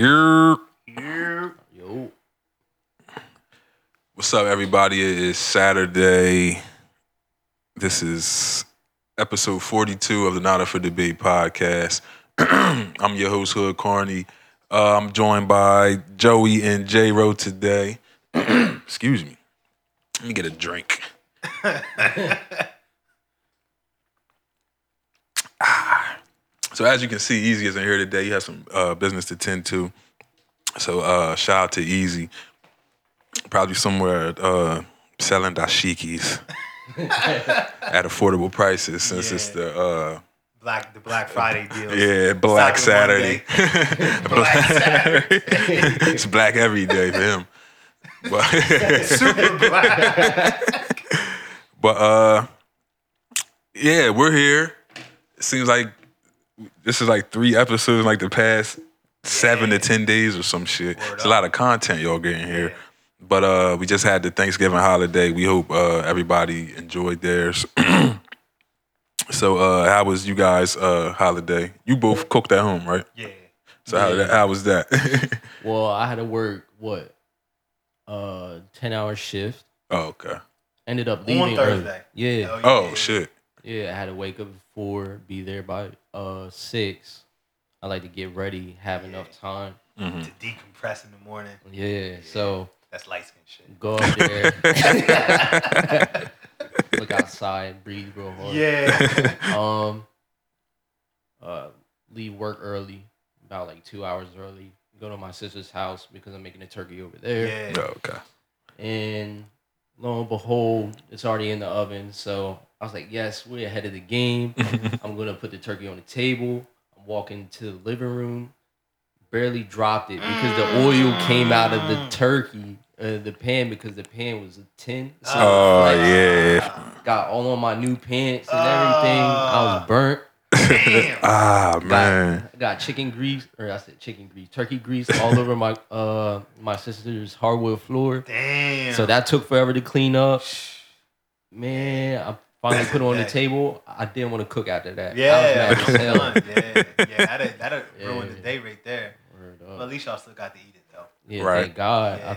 Yeah. Yo. What's up, everybody? It is Saturday. This is episode 42 of the Not Up for Debate podcast. I'm your host, Hood Carney. Uh, I'm joined by Joey and J Ro today. Excuse me. Let me get a drink. Ah. so, as you can see, Easy isn't here today. He has some uh, business to tend to. So, uh, shout out to Easy probably somewhere uh, selling dashikis at affordable prices since it's Yeah. the uh, Black the Black Friday deals. yeah Black Cyber Saturday. Black Monday. Black Saturday. it's black every day for him. But, Super black. but uh, yeah, we're here. It seems like this is like three episodes in like the past seven to ten days or some shit. Word it's a up. lot of content y'all getting here. Yeah. But uh, we just had the Thanksgiving holiday. We hope uh, everybody enjoyed theirs. so, uh, how was you guys' uh, holiday? You both cooked at home, right? Yeah. So, how, Yeah. how was that? Well, I had to work what? Uh, ten hour shift. oh, okay. Ended up leaving early. Thursday. Yeah, Oh, shit. yeah. I had to wake up at four, be there by uh six. I like to get ready, have enough time. hmm To decompress in the morning. Yeah, so That's light skin shit. go up there, look outside, breathe real hard. Yeah. Um, uh, leave work early, about like two hours early. Go to my sister's house because I'm making a turkey over there. yeah. Oh, okay. and lo and behold, it's already in the oven. So I was like, yes, we're ahead of the game. Mm. I'm gonna put the turkey on the table. I'm walking to the living room. Barely dropped it because the oil came out of the turkey, uh, the pan, because the pan was a tin. So Oh, like, yeah. got all on my new pants and everything. I was burnt. Damn. ah, man. Got, got chicken grease, or I said chicken grease, turkey grease all over my uh my sister's hardwood floor. Damn. So that took forever to clean up. Man, I finally put it on the Yeah. table. I didn't want to cook after that. I Yeah. was mad as hell. done. yeah. Yeah. That'd, that'd Yeah. ruin the day right there. Word But at up. least y'all still got to eat it though. Yeah, Right. thank God. Yeah. I, Yeah.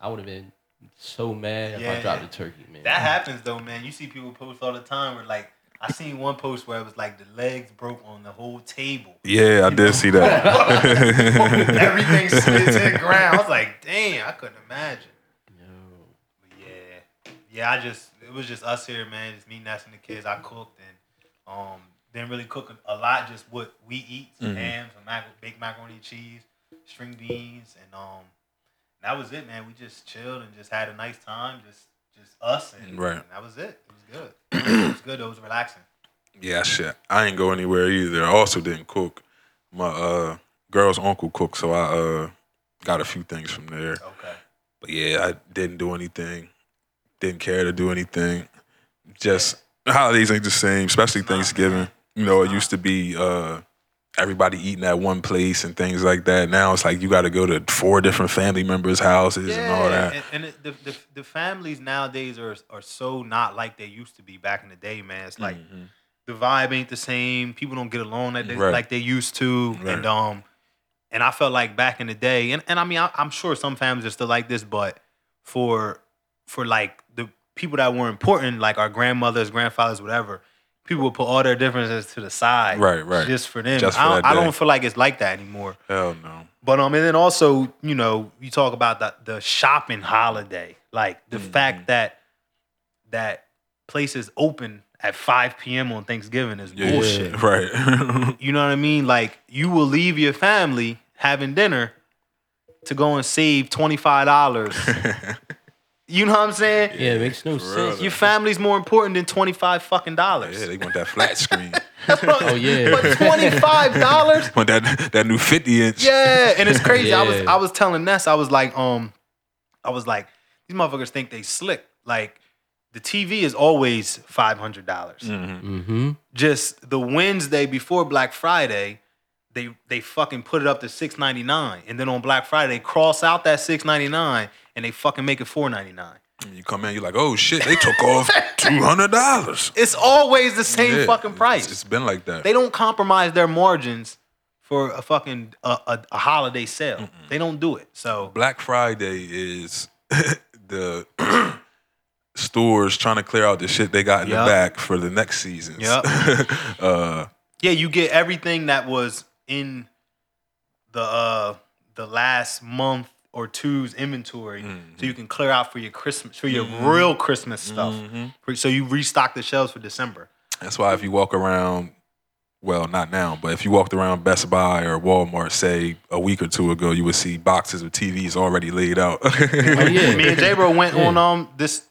I would have been so mad if I Yeah. dropped the turkey, man. That happens though, man. You see people post all the time where like I seen one post where it was like the legs broke on the whole table. Yeah, I did see that. Everything slid to the ground. I was like, damn, I couldn't imagine. Yo. But yeah, yeah. I just it was just us here, man. Just me, Ness, and the kids. I cooked and um didn't really cook a lot. Just what we eat: some Mhm. ham, some mac- baked macaroni and cheese, string beans, and um that was it, man. We just chilled and just had a nice time. Just just us and, Right. and that was it. It was good. it was good. It was relaxing. yeah, shit. I ain't go anywhere either. I also didn't cook. My uh, girl's uncle cooked, so I uh, got a few things from there. Okay. But yeah, I didn't do anything. Didn't care to do anything. Just holidays ain't the same, especially It's not, Thanksgiving. man. You know, it It's used to be uh, everybody eating at one place and things like that. Now it's like you got to go to four different family members' houses and all that. And, and it, the, the the families nowadays are are so not like they used to be back in the day, man. It's like Mhm. the vibe ain't the same. People don't get along like they, Right. like they used to, Right. and um, and I felt like back in the day, and, and I mean, I, I'm sure some families are still like this, but for for like the people that were important, like our grandmothers, grandfathers, whatever, people would put all their differences to the side, Right, right. just for them. Just for I, don't, that I day. don't feel like it's like that anymore. Hell no. But um, and then also, you know, you talk about the the shopping holiday, like the Mm-hmm. Mhm. fact that that places open at 5 p.m. on Thanksgiving is Yeah, bullshit. Bullshit. Right. You know what I mean? Like you will leave your family having dinner to go and save twenty five dollars. you know what I'm saying? Yeah, it makes no for sense. real, Your family's more important than twenty five fucking dollars. yeah, they want that flat screen. Oh, yeah. but twenty five dollars. want that that new 50 inch. Yeah, and it's crazy. I was Yeah. I was telling Ness, I was like, um, I was like, these motherfuckers think they slick. Like the TV is always five hundred dollars. Mhm. Mm-hmm. just the Wednesday before Black Friday, they they fucking put it up to six ninety nine, and then on Black Friday they cross out that six ninety nine and they fucking make it four ninety nine. You come in, you're like, oh shit, they took off $200. It's always the same Yeah, fucking price. It's, it's been like that. they don't compromise their margins for a fucking a, a, a holiday sale. They don't do it. So Black Friday is the stores trying to clear out the shit they got in Yup. the back for the next seasons. Yup. uh, yeah, you get everything that was in the uh the last month or two's inventory, so you Mm-hmm. can clear out for your Christmas for your real Christmas stuff. mm-hmm. For- So you restock the shelves for December. That's why if you walk around, well, not now, but if you walked around Best Buy or Walmart, say a week or two ago, you would see boxes of TVs already laid out. Oh, yeah. Me and J Bro went Yeah. on um this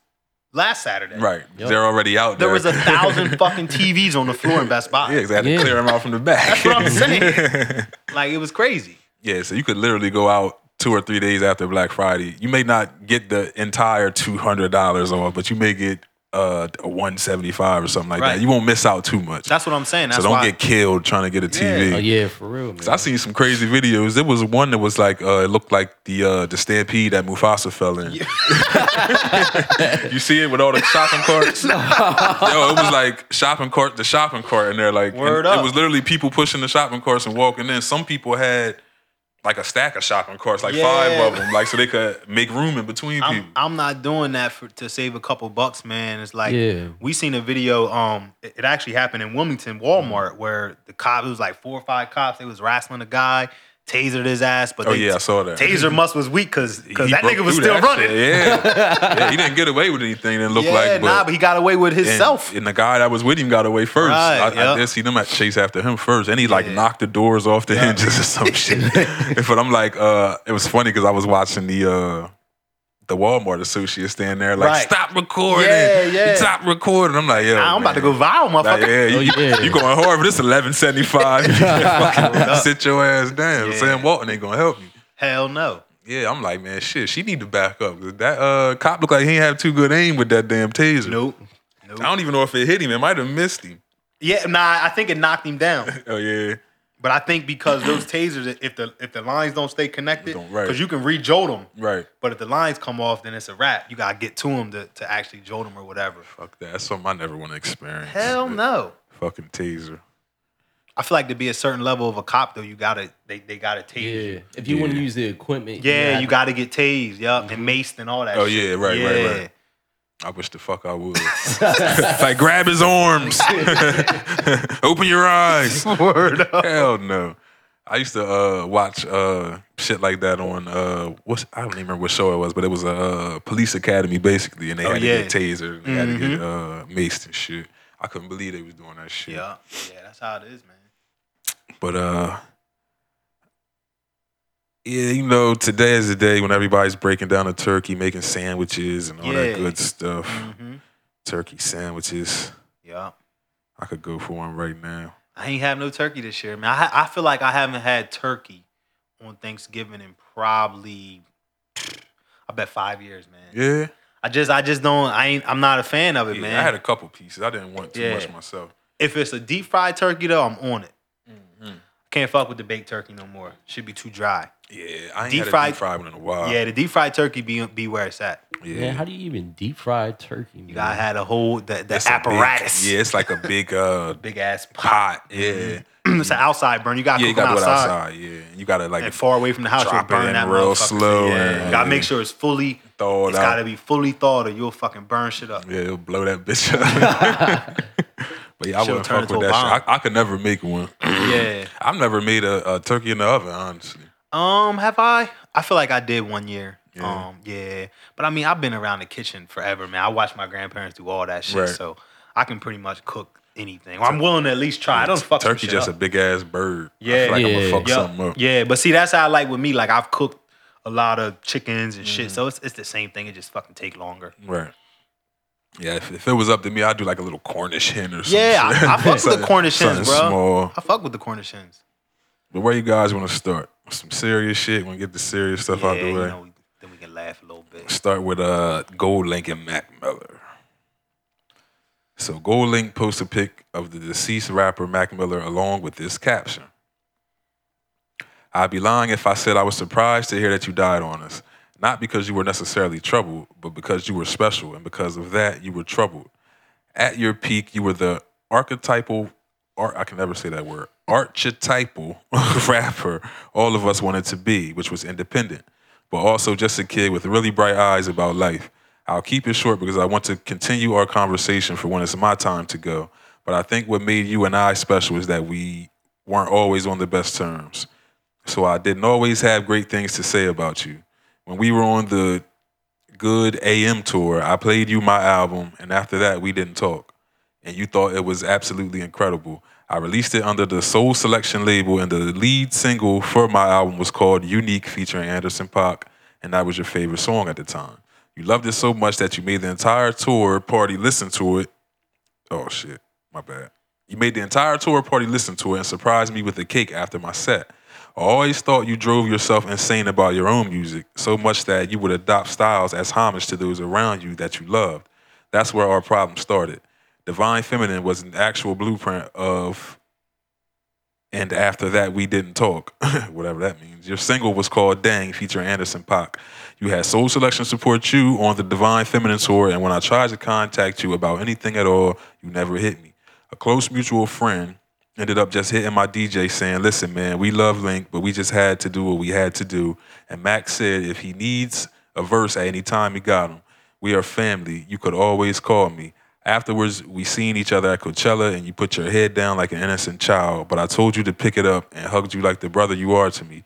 last Saturday. Right, Yup. they're already out there. There was a thousand fucking TVs on the floor in Best Buy. yeah, because they had to Yeah. clear them out from the back. That's what I'm saying. Like it was crazy. yeah, so you could literally go out two or three days after Black Friday. You may not get the entire two hundred dollars off, but you may get uh, a one seventy five or something like Right. that. You won't miss out too much. That's what I'm saying. That's so don't why get killed trying to get a TV. Oh yeah, for real, man. So I seen some crazy videos. There was one that was like uh, it looked like the uh, the stampede that Mufasa fell in. you see it with all the shopping carts. Yo, it was like shopping cart, the shopping cart, and they're like, and Word it up. was literally people pushing the shopping carts and walking in. Some people had like a stack of shopping carts, like Yeah. five of them, like so they could make room in between I'm, people. I'm not doing that for to save a couple bucks, man. It's like Yeah. we seen a video. Um, it, it actually happened in Wilmington Hmm. Walmart where the cop it was like four or five cops. They was wrestling a guy, tasered his ass, but Oh they- yeah, I saw that. taser muscle was weak because He broke that nigga was through still that running. shit, Yeah. yeah, he didn't get away with anything. Didn't look yeah, like. nah, but he got away with and, himself. and the guy that was with him got away first. Right, I, I yeah. did see them at chase after him first, and he like Yeah. knocked the doors off the hinges or some shit. but I'm like, uh, it was funny because I was watching the uh, the Walmart associate stand there like, Right. stop recording, Yeah, yeah. stop recording. I'm like, yo, Nah, I'm about to go man. viral, Like, motherfucker. yeah, you, Oh, yeah. you going hard, but it's 1175. You fucking up. sit your ass down. Yeah. Sam Walton ain't gonna help you. Hell no. Yeah, I'm like, man, shit, she need to back up. 'Cause That uh, cop looked like he didn't have too good aim with that damn taser. Nope. I don't even know if it hit him. It might have missed him. Yeah, nah. I think it knocked him down. Oh yeah, But I think because those tasers, if the if the lines don't stay connected, Don't- right. because you can re-jolt them. right. But if the lines come off, then it's a wrap. You gotta get to them to, to actually jolt them or whatever. Fuck that. That's something I never want to experience. Hell The no. Fucking taser. I feel like to be a certain level of a cop though, you gotta they, they gotta tase. yeah. If you want to use the equipment, Yeah, have you to- gotta get tased, yup, and maced and all that. Oh, shit. yeah, right, right, right. I wish the fuck I would. like grab his arms. Open your eyes. Word up. Hell no. I used to uh, watch uh, shit like that on uh, what's I don't even remember what show it was, but it was a uh, police academy basically, and they Oh, had yeah. to get taser, and they had to get uh, maced and shit. I couldn't believe they was doing that shit. Yeah, yeah, that's how it is, man. But uh yeah, you know, today is the day when everybody's breaking down a turkey, making sandwiches and all Yeah. that good stuff. Mm-hmm. Turkey sandwiches. Yeah. I could go for one right now. I ain't have no turkey this year, man. I ha- I feel like I haven't had turkey on Thanksgiving in probably I bet five years, man. Yeah. I just I just don't I ain't I'm not a fan of it, Yeah, man. I had a couple pieces. I didn't want too Yeah. much myself. if it's a deep fried turkey though, I'm on it. Mm-hmm. Can't fuck with the baked turkey no more. Should be too dry. Yeah, I ain't Deep had a fried- deep fried one in a while. yeah, the deep fried turkey be be where it's at. yeah. Man, how do you even deep fry turkey? Man? You gotta have the whole the, the It's a big- apparatus. yeah, it's like a big uh Big ass pot. pot. Yeah. it's an outside burn. You gotta Yeah, you cook them gotta do it outside, outside. Yeah. And you gotta like and far away from the house. You'll Drop it in burn that real motherfucker. slow Yeah, and- you gotta make sure it's fully. thaw it It's out. gotta be fully thawed, or you'll fucking burn shit up. Yeah, it'll blow that bitch up. but yeah, I Shit'll wouldn't turn fuck into with that a bomb. shit. I, I could never make one. Yeah. I've never made a, a turkey in the oven, honestly. Um, have I? I feel like I did one year. Yeah. Um, yeah. But I mean, I've been around the kitchen forever, man. I watched my grandparents do all that shit, Right. so I can pretty much cook anything. I'm willing to at least try. I don't fuck some turkey shit just up. a big ass bird. Yeah. I feel like I'm Yeah. gonna fuck yeah, something up. yeah. But see, that's how I like with me. Like I've cooked a lot of chickens and Mm-hmm. shit, so it's it's the same thing. It just fucking take longer. Right. Yeah, if, if it was up to me, I'd do like a little Cornish hen or something. Yeah, I, I fuck with the Cornish hens, bro. Small. I fuck with the Cornish hens. But where you guys want to start? Some serious shit. Want to get the serious stuff Yeah, out the you way? know, we- then we can laugh a little bit. Start with uh, Gold Link and Mac Miller. So Gold Link posts a pic of the deceased rapper Mac Miller along with this caption. I'd be lying if I said I was surprised to hear that you died on us. Not because you were necessarily troubled, but because you were special, and because of that, you were troubled. At your peak, you were the archetypal, ar- I can never say that word, archetypal rapper all of us wanted to be, which was independent, but also just a kid with really bright eyes about life. I'll keep it short because I want to continue our conversation for when it's my time to go. But I think what made you and I special is that we weren't always on the best terms. So I didn't always have great things to say about you. When we were on the Good AM tour, I played you my album, and after that, we didn't talk. And you thought it was absolutely incredible. I released it under the Soul Selection label, and the lead single for my album was called Unique featuring Anderson Paak, and that was your favorite song at the time. You loved it so much that you made the entire tour party listen to it. Oh, shit, my bad. You made the entire tour party listen to it and surprised me with a cake after my set. I always thought you drove yourself insane about your own music, so much that you would adopt styles as homage to those around you that you loved. That's where our problem started. Divine Feminine was an actual blueprint of, and after that, we didn't talk, whatever that means. Your single was called Dang, featuring Anderson Pac. You had Soul Selection support you on the Divine Feminine tour, and when I tried to contact you about anything at all, you never hit me. A close mutual friend ended up just hitting my DJ saying, "Listen, man, we love Link, but we just had to do what we had to do." And Max said, "If he needs a verse at any time, he got him. We are family. You could always call me." Afterwards, we seen each other at Coachella, and you put your head down like an innocent child. But I told you to pick it up and hugged you like the brother you are to me.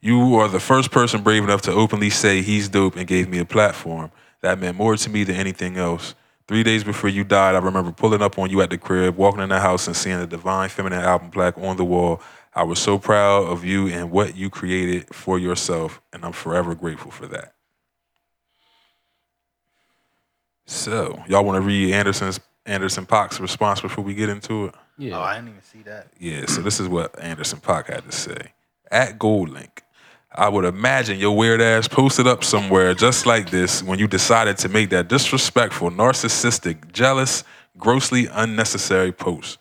You are the first person brave enough to openly say he's dope and gave me a platform. That meant more to me than anything else. Three days before you died, I remember pulling up on you at the crib, walking in the house, and seeing the Divine Feminine album plaque on the wall. I was so proud of you and what you created for yourself, and I'm forever grateful for that. So, y'all want to read Anderson's Anderson Pock's response before we get into it? Yeah. Oh, I didn't even see that. Yeah, so this is what Anderson Pac had to say. At Gold Link, I would imagine your weird ass posted up somewhere just like this when you decided to make that disrespectful, narcissistic, jealous, grossly unnecessary post.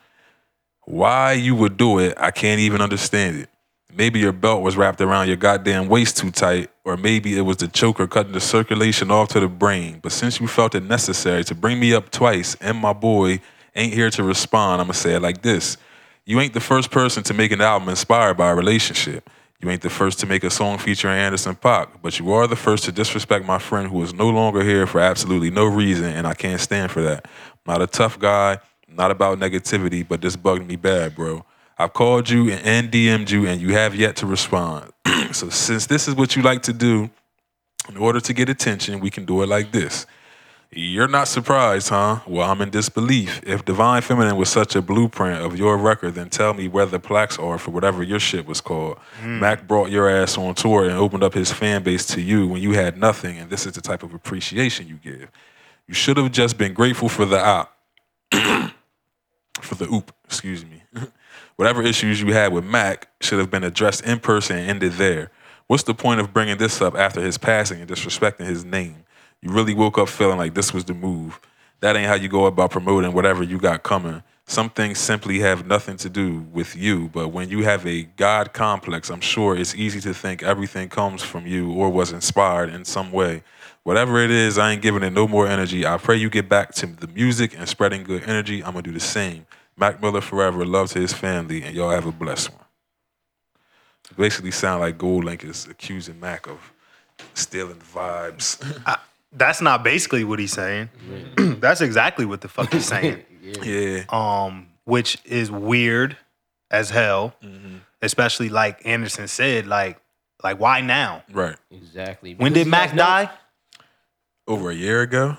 Why you would do it, I can't even understand it. Maybe your belt was wrapped around your goddamn waist too tight, or maybe it was the choker cutting the circulation off to the brain. But since you felt it necessary to bring me up twice and my boy ain't here to respond, I'm gonna say it like this. You ain't the first person to make an album inspired by a relationship. You ain't the first to make a song featuring Anderson Pac, but you are the first to disrespect my friend who is no longer here for absolutely no reason, and I can't stand for that. Not a tough guy, not about negativity, but this bugged me bad, bro. I've called you and DM'd you, and you have yet to respond. so, since this is what you like to do, in order to get attention, we can do it like this. You're not surprised, huh? Well, I'm in disbelief. If Divine Feminine was such a blueprint of your record, then tell me where the plaques are for whatever your shit was called. Mac brought your ass on tour and opened up his fan base to you when you had nothing, and this is the type of appreciation you give. You should have just been grateful for the op, for the oop, excuse me. whatever issues you had with Mac should have been addressed in person and ended there. What's the point of bringing this up after his passing and disrespecting his name? You really woke up feeling like this was the move. That ain't how you go about promoting whatever you got coming. Some things simply have nothing to do with you, but when you have a God complex, I'm sure it's easy to think everything comes from you or was inspired in some way. Whatever it is, I ain't giving it no more energy. I pray you get back to the music and spreading good energy. I'm gonna do the same. Mac Miller forever, love to his family, and y'all have a blessed one. Basically, sound like Gold Link is accusing Mac of stealing vibes. That's not basically what he's saying. That's exactly what the fuck he's saying. yeah. yeah, um, which is weird as hell. Mm-hmm. Especially like Anderson said, like, like why now? right. Exactly. When Because did you Mac guys know- die? Over a year ago,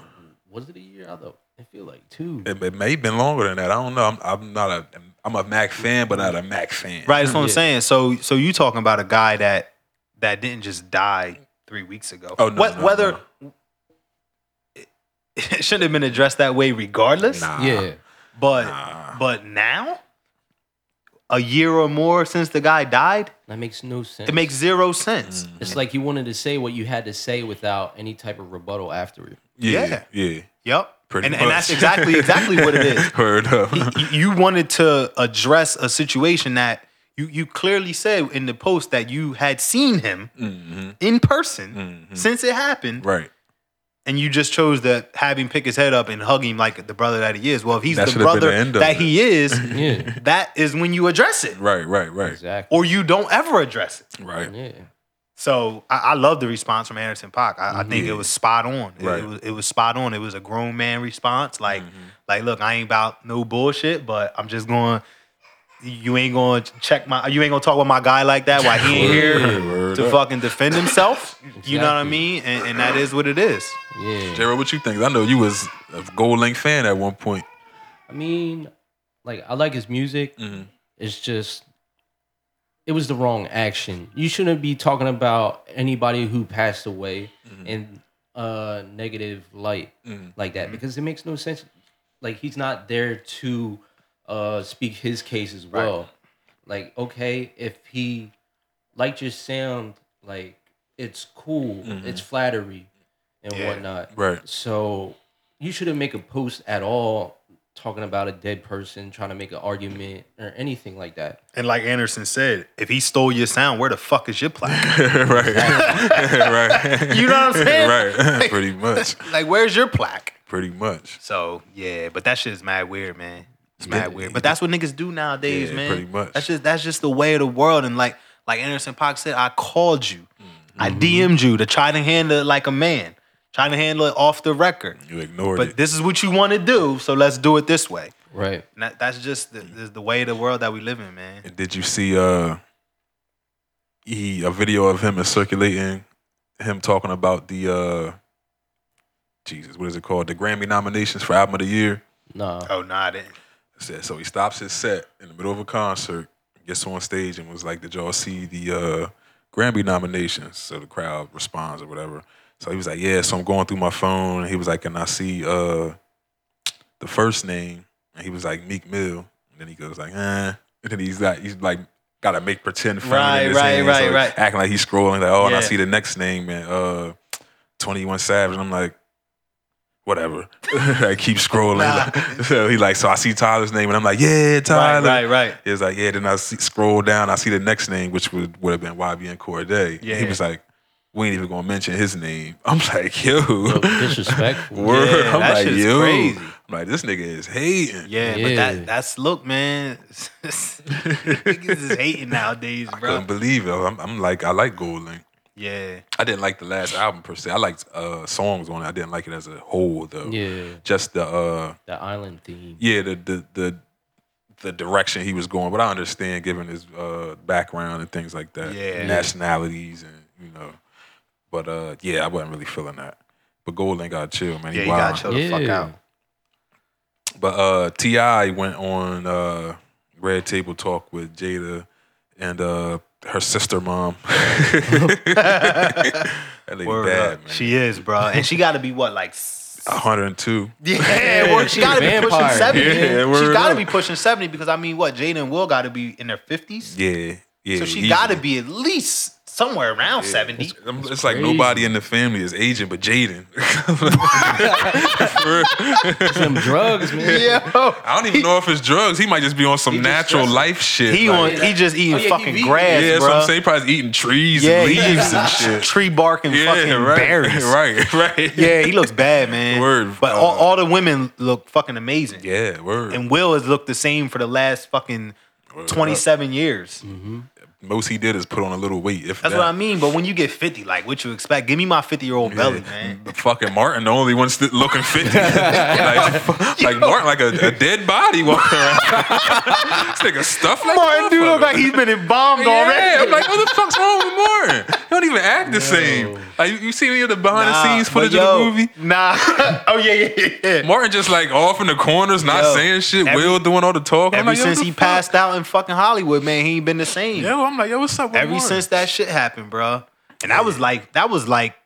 Was it a year? I thought I feel like two. it, it may have been longer than that. I don't know. I'm, I'm not a I'm a Mac fan, but not a Mac fan. Right, that's what I'm Yeah. saying. So, so you talking about a guy that that didn't just die three weeks ago? Oh, no, What- no, whether it shouldn't have been addressed that way, regardless. Nah. yeah. But Nah. but now, a year or more since the guy died, That makes no sense. it makes zero sense. Mm. It's like you wanted to say what you had to say without any type of rebuttal after it. Yeah, yeah. Yep. Pretty and, much. and that's exactly exactly what it is. Heard up. Y- y- you wanted to address a situation that you you clearly said in the post that you had seen him in person since it happened. Mm-hmm, right. and you just chose to have him pick his head up and hug him like the brother that he is. Well, if he's That the should have been brother the end of that it. he is, Yeah, that is when you address it, Right, right, right, exactly. or you don't ever address it. right. Yeah, So I, I love the response from Anderson Park. I, I think Yeah. it was spot on. It- It, Mm-hmm. Right. Mm-hmm. was it was spot on. It was a grown man response. Like like look, I ain't about no bullshit, but I'm just going. You ain't going to check my. You ain't going to talk with my guy like that while he ain't here Word, word to up. fucking defend himself. You know what I Exactly. mean? And, and that is what it is. yeah. J-Ro, what you think? I know you was a Gold Link fan at one point. I mean, like I like his music. Mhm. Mm-hmm, It's just it was the wrong action. You shouldn't be talking about anybody who passed away in a negative light mm-hmm. Mhm. like that because it makes no sense. Like he's not there to uh speak his case as well. Like okay, if he liked your sound, like it's cool, it's flattery and Mm-hmm. Yeah. whatnot. Right. So you shouldn't make a post at all talking about a dead person, trying to make an argument or anything like that. And like Anderson said, if he stole your sound, where the fuck is your plaque? right. right. You know what I'm saying? Right. Pretty much. like where's your plaque? Pretty much. So yeah, but that shit is mad weird, man. It's mad weird. But that's what niggas do nowadays, Yeah, man. pretty much. That's just that's just the way of the world. And like like Anderson Park said, I called you. I Mm-hmm. DM'd you to try to handle it like a man. Try to handle it off the record. You ignored But it. this is what you want to do, so let's do it this way. Right. And that, that's just the, the, the way of the world that we live in, man. And did you see uh he a video of him is circulating him talking about the uh Jesus, what is it called? The Grammy nominations for album of the year. Nah. Oh, nah, I didn't. said so he stops his set in the middle of a concert, gets on stage and was like, Did y'all see the uh Grammy nominations? So the crowd responds or whatever. So he was like, Yeah, so I'm going through my phone. He was like, Can I see uh the first name? And he was like, Meek Mill. And then he goes like, eh. And then he's like he's like gotta make pretend phone in Right, his right, hand, right, so right. Acting like he's scrolling, like, oh, and I Yeah. see the next name and uh 21 Savage. And I'm like, whatever. I keep scrolling. Nah. so he like, so I see Tyler's name, and I'm like, yeah, Right, Tyler. right, right. He was like, yeah. Then I see, scroll down, I see the next name, which would would have been YB and Corday. Yeah. He was like, we ain't even gonna mention his name. I'm like, yo, Look, disrespectful. word. Yeah, I'm that like, shit's yo. crazy. I'm like, this nigga is hating. Yeah, but Yeah. that that's look, man. niggas is hating nowadays, I bro. couldn't believe it. I'm, I'm like, I like Gold Link. Yeah. I didn't like the last album per se. I liked uh, songs on it. I didn't like it as a whole though. Yeah. Just the uh, The island theme. yeah, the the the the direction he was going. But I understand given his uh, background and things like that, Yeah. nationalities and you know. But uh, yeah, I wasn't really feeling that. But Gold ain't got chill, man. He Yeah, you gotta wild. chill the fuck Yeah. out. But uh, Ti went on uh, Red Table Talk with Jada and uh, her sister mom. that lady Word bad, up. man. She is, bro. And she got to be what, like, s- 102. yeah, well, she she a got to be pushing vampire. 70. Yeah, She's word got to up. be pushing 70 because, I mean, what, Jada and Will got to be in their 50s? Yeah, yeah. so she easily. got to be at least somewhere around 70. I'm- It's, That's like crazy. nobody in the family is aging but Jaden. Some drugs, man. Yeah. I don't even know if it's drugs. He might just be on some He just natural stressing. life shit. He, like- on, he just eating Oh, yeah, he fucking vegan. grass, yeah, that's bro. what I'm saying. He probably eating trees yeah, and he leaves and eating shit. tree bark and Yeah, fucking right, berries. right, right. Yeah, he looks bad, man. Word, But uh, all, all the women look fucking amazing. yeah. Word. And Will has looked the same for the last fucking 27 years. Mm-hmm. Most he did is put on a little weight. If That's that. what I mean. But when you get 50, like what you expect? Give me my 50 year old belly, Yeah. man. The fucking Martin, the only one still looking fifty. like, fu- like Martin, like a, a dead body walking around. this nigga stuffed like a motherfucker. he's been embalmed Yeah, I'm like, what the fuck's wrong with Martin? He don't even act the same. Like, you, you see any of the behind the scenes footage of the movie? Nah. oh yeah, yeah, yeah, yeah. Martin just like off in the corners, not Yo, saying shit. every- Will doing all the talking. I'm Ever like, yo, since what the he fuck? passed out in fucking Hollywood, man, he ain't been the same. yo, I'm like, yo, what's up? With Ever Martin? since that shit happened, bro. And that was like that was like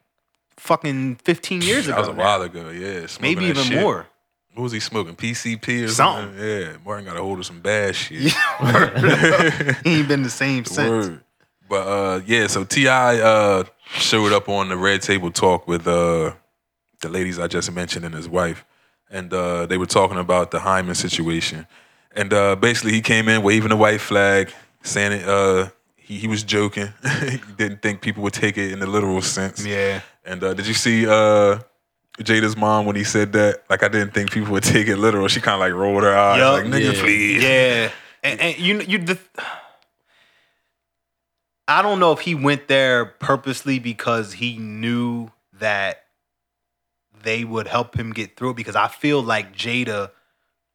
fucking 15 years ago. that was a now. while ago. Yeah, smoking Maybe that even shit. more. What was he smoking? PCP or Something. something? Yeah, Martin got a hold of some bad shit. He ain't been the same since. Word. But uh, yeah, so Ti uh, showed up on the Red Table Talk with uh, the ladies I just mentioned and his wife, and uh, they were talking about the Hyman situation, and uh, basically he came in waving the white flag, saying it, uh, he he was joking, he didn't think people would take it in the literal sense. Yeah. And uh, did you see uh, Jada's mom when he said that. Like I didn't think people would take it literal. She kind of like rolled her eyes, Yup. like nigga, Yeah. please. Yeah, and, and you you. The, I don't know if he went there purposely because he knew that they would help him get through it. Because I feel like Jada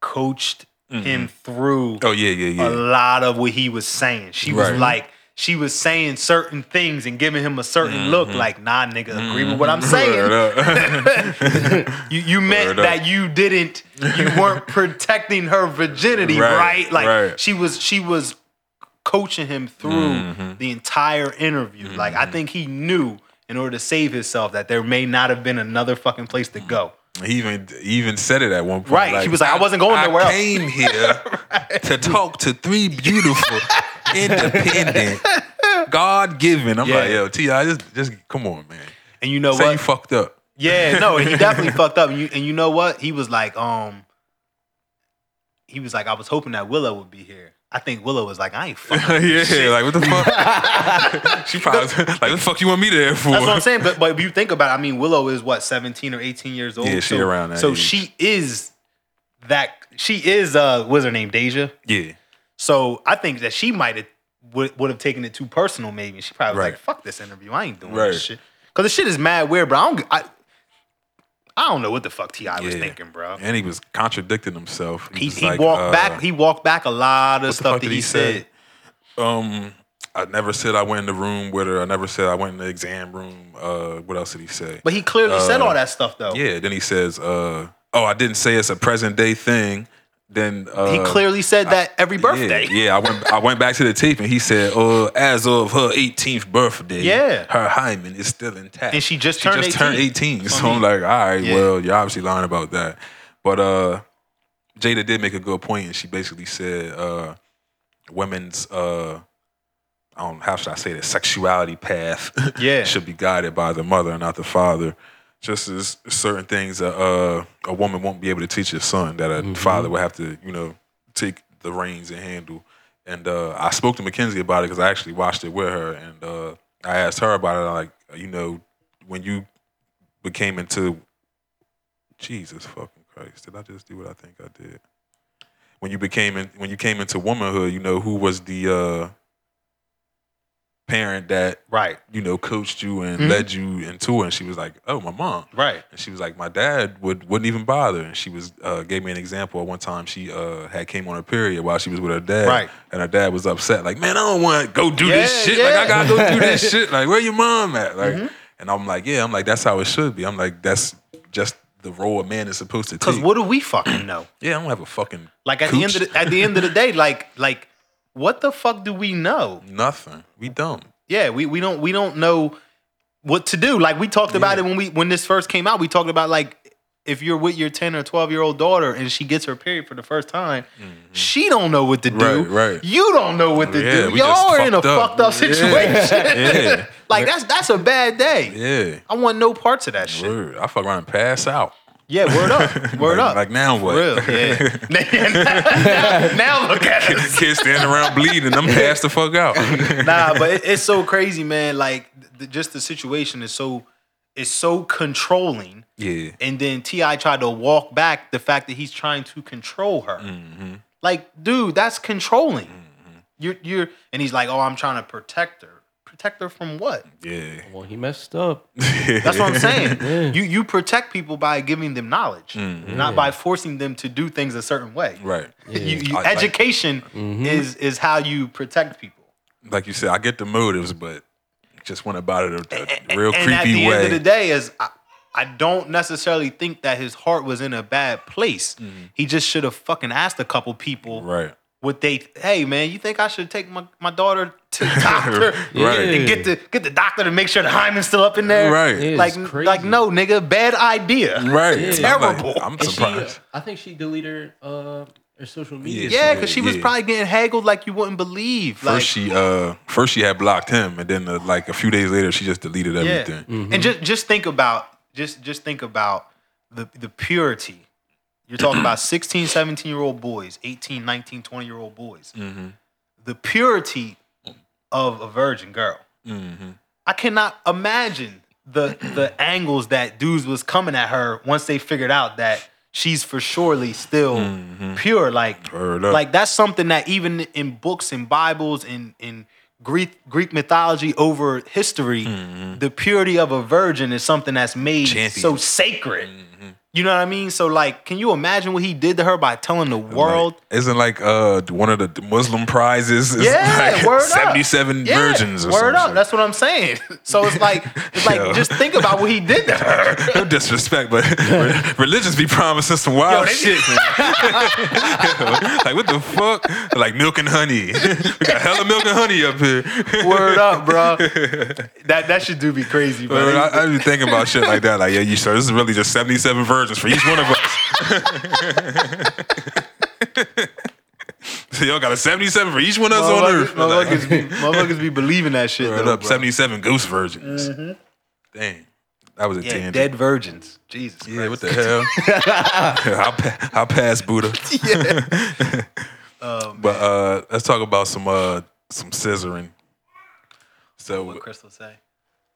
coached Mhm. him through Oh yeah, yeah, yeah. a lot of what he was saying. She Right. was like, she was saying certain things and giving him a certain look, Mhm. like, nah, nigga, agree Mm-hmm. with what I'm saying. Word up. You, you meant Word up. that you didn't you weren't protecting her virginity, Right, right? Like right. she was she was coaching him through Mhm. the entire interview. Like Mm-hmm. I think he knew in order to save himself that there may not have been another fucking place to go. He even he even said it at one point. Right. he was like, I, wasn't going nowhere I else. came here to talk to three beautiful, independent, God given. I'm like, Yeah. yo, Ti, just just come on, man. And you know Say what? you fucked up. Yeah, no, he definitely fucked up. And you, and you know what? He was like, um, he was like, I was hoping that Willow would be here. I think Willow was like, I ain't fucking. yeah, like what the fuck? she probably was like, what the fuck you want me there for? That's what I'm saying. But but if you think about it, I mean, Willow is what 17 or 18 years old. Yeah, she so, around that So age. she is that. She is uh, what's her name? Deja. Yeah. So I think that she might have would, would have taken it too personal. Maybe she probably was Right. like, "Fuck this interview. I ain't doing Right. this shit." Because the shit is mad weird, bro. I don't. I, I don't know what the fuck Ti was Yeah. thinking, bro. And he was contradicting himself. He, was he like, walked uh, back. He walked back a lot the of fuck stuff did that he he say? said. um, I never said I went in the room with her. I never said I went in the exam room. Uh, what else did he say? But he clearly said all that stuff though. Uh, yeah. Then he says, uh, oh, I didn't say it's a present day thing. Then uh, he clearly said that every yeah, birthday. Yeah, I went. I went back to the tape and he said, "Uh, as of her 18th birthday, Yeah. her hymen is still intact, And she just she turned just turned 18. 18." So So I I'm mean- like, "All right, Yeah. well, you're obviously lying about that." But uh, Jada did make a good point, and she basically said, uh, "Women's uh." I don't, how should I say this? Sexuality path Yeah. should be guided by the mother and not the father. Just as certain things that uh, a woman won't be able to teach her son, that a father would have to, you know, take the reins and handle. And uh, I spoke to Mackenzie about it because I actually watched it with her, and uh, I asked her about it. Like, you know, when you became into Jesus fucking Christ, did I just do what I think I did? When you became in, when you came into womanhood, you know who was the uh, parent that Right. you know coached you and Mhm. led you into it? And she was like, "Oh, my mom." Right. And she was like, my dad would wouldn't even bother. And she was uh, gave me an example. At one time, she uh, had came on her period while she was with her dad, Right. And her dad was upset, like, man, I don't want to go do this Yeah, shit. Like, yeah. Mm-hmm. I gotta go do this shit. Like, where your mom at? Like, and I'm like, yeah, I'm like, that's how it should be. I'm like, that's just the role a man is supposed to Because take. what do we fucking know? yeah, I don't have a fucking Like at the end of the, at the end of the day, like like what the fuck do we know? nothing. We don't. Yeah, we, we don't we don't know what to do. Like we talked about Yeah. it when we when this first came out. We talked about like if you're with your ten or twelve year old daughter and she gets her period for the first time, she don't know what to do. Mm-hmm. Right, right. You don't know what to Yeah, do. we just Y'all are in a fucked up. fucked up situation. Yeah. like that's that's a bad day. Yeah, I want no parts of that shit. word. I fuck around and pass out. Yeah, word up, word Like- up. Like now what? Real, yeah. now, now look at Kid- us. Kid standing around bleeding. I'm passed the fuck out. nah, but it, it's so crazy, man. Like the, just the situation is so is so controlling. yeah. And then Ti tried to walk back the fact that he's trying to control her. Like, dude, that's controlling. You're you're, and he's like, oh, I'm trying to protect her. Protect her from what? Yeah. Well, he messed up. That's what I'm saying. Yeah. You you protect people by giving them knowledge, not Yeah. by forcing them to do things a certain way. Right. Yeah. You, you, I- like- education Mhm. is is how you protect people. Like you said, I get the motives, but just went about it a, a real and creepy at the way. end of the day is I, I don't necessarily think that his heart was in a bad place he just should have fucking asked a couple people Mm-hmm. right. what they hey man you think i should take my, my daughter to the doctor Right. and get the get the doctor to make sure the hymen's still up in there Right. Yeah, like it's crazy. like no nigga bad idea Right. I'm like- Terrible. I'm, And she, uh, surprised. I think she deleted her, uh, her social media. Yeah, yeah because she was yeah. probably getting haggled like you wouldn't believe like first she uh first she had blocked him and then uh, like a few days later she just deleted everything. And just just think about just just think about the the purity. You're talking about 16, 17 year old boys, 18, 19, 20 year old boys. The Mm-hmm. purity of a virgin girl. I cannot imagine the the angles that dudes was coming at her once they figured out that she's for surely still pure. Like Mm-hmm. Word up. like that's something that even in books and Bibles and in Greek Greek mythology over history, the purity of a virgin is something that's made Mm-hmm. Champion. Mm-hmm. so sacred. You know what I mean? So like, can you imagine what he did to her by telling the world? Like, isn't like uh one of the Muslim prizes is Yeah, like word up. 77 Yeah, virgins or word something. up. That's what I'm saying. So it's like, it's like Yo. just think about what he did to her. no disrespect, but re- religions be promising some wild they- shit. man. like what the fuck? Like milk and honey. we got hella milk and honey up here. Word up, bro. That that should do be crazy, bro. But I, I be thinking about shit like that. Like, yeah, you sir, this is really just 77 virgins for each one of us. so y'all got a 77 for each one of us on motherfuckers, earth. Like, motherfuckers, be, motherfuckers be believing that shit. Straight Though, up, bro. 77 ghost virgins. Dang. That was a yeah, tangent. dead virgins. Jesus. Yeah, what the hell? I'll, pa- I'll pass Buddha. but uh, let's talk about some uh, some scissoring. So Crystal say?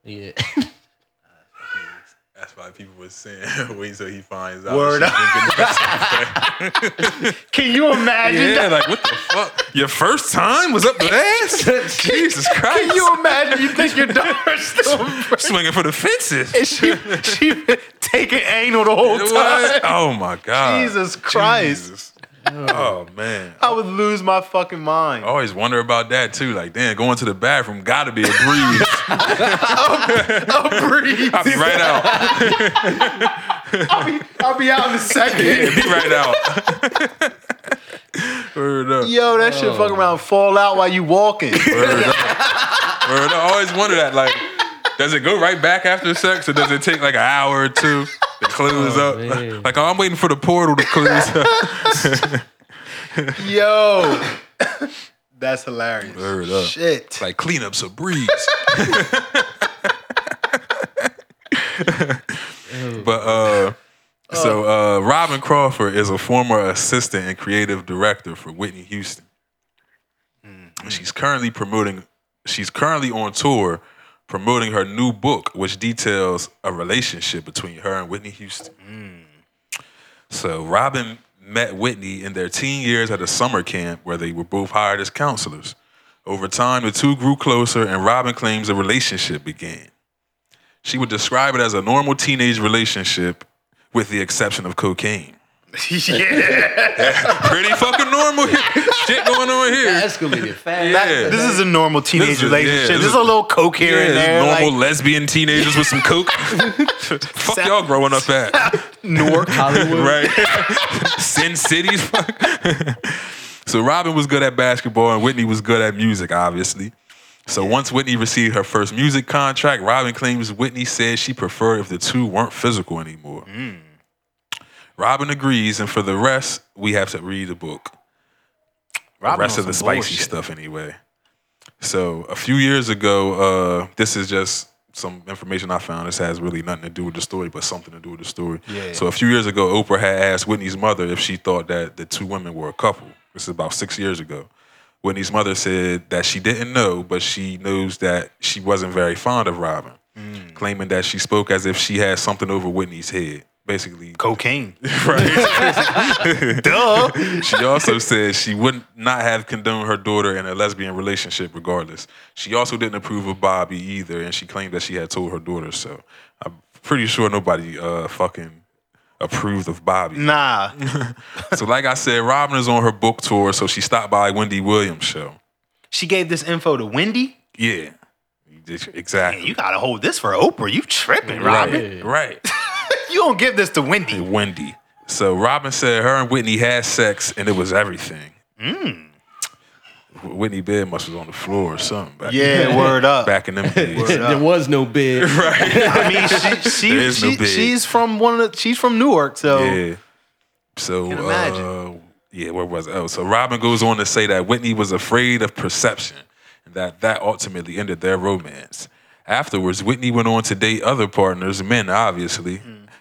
Yeah. that's why people were saying, wait till he finds out. Word She's Can you imagine? been- yeah, that? like what the fuck? Your first time was up the ass? Jesus Christ. Can you imagine? You think your daughter's still a virgin? swinging for the fences? and she she been taking anal the whole time? What? Oh my God. Jesus Christ. Jesus. Oh man. I would lose my fucking mind. I always wonder about that too. Like, damn, going to the bathroom gotta be a breeze. I'll breathe. I'll be right out. I'll be out in a second. Be right out. Word up. Yo, that Oh. shit fucking around fall out while you walking. Word up. Word up. I always wonder that. Like, does it go right back after sex, or does it take like an hour or two to close Oh, up? man. Like, I'm waiting for the portal to close up. Yo. That's hilarious. Word up. Shit. Like, cleanup's a breeze. but uh. So, uh, Robin Crawford is a former assistant and creative director for Whitney Houston. She's currently promoting. She's currently on tour, promoting her new book, which details a relationship between her and Whitney Houston. So Robin met Whitney in their teen years at a summer camp where they were both hired as counselors. Over time, the two grew closer, and Robin claims a relationship began. She would describe it as a normal teenage relationship, with the exception of cocaine. yeah. Pretty fucking normal here. shit going on here. That escalated fast. Yeah. That- This is a normal teenage This is- relationship. yeah, There's this is- a little coke here Yeah, and just there. normal like, lesbian teenagers with some coke. Fuck Sa- y'all growing up at. Newark, Hollywood. right? Sin cities. so Robin was good at basketball and Whitney was good at music, obviously. So once Whitney received her first music contract, Robin claims Whitney said she preferred if the two weren't physical anymore. Robin agrees, and for the rest, we have to read the book Robin rest on of the some spicy bullshit. stuff anyway. So a few years ago, uh, this is just some information I found. This has really nothing to do with the story, but something to do with the story. Yeah. So a few years ago, Oprah had asked Whitney's mother if she thought that the two women were a couple. This is about six years ago. Whitney's mother said that she didn't know, but she knows that she wasn't very fond of Robin, Mm. claiming that she spoke as if she had something over Whitney's head. Basically, Cocaine. right? Duh. She also said she would not have condoned her daughter in a lesbian relationship regardless. She also didn't approve of Bobby either, and she claimed that she had told her daughter so. I'm pretty sure nobody uh, fucking approved of Bobby. Nah. so, like I said, Robin is on her book tour, so she stopped by Wendy Williams' show. She gave this info to Wendy. Yeah, Man, exactly. you gotta hold this for Oprah. You tripping, Robin? right, right. You don't give this to Wendy. Wendy. So Robin said her and Whitney had sex and it was everything. Mm. Whitney bed must was on the floor or something. Back Yeah, word up. back in them Word days. up. there was no bid. I mean, she, There she, is no she, big. she's from one of the, she's from Newark, so yeah. So Can imagine. uh, yeah, where was it? Oh, so Robin goes on to say that Whitney was afraid of perception and that that ultimately ended their romance. Afterwards, Whitney went on to date other partners, Hmm. men obviously.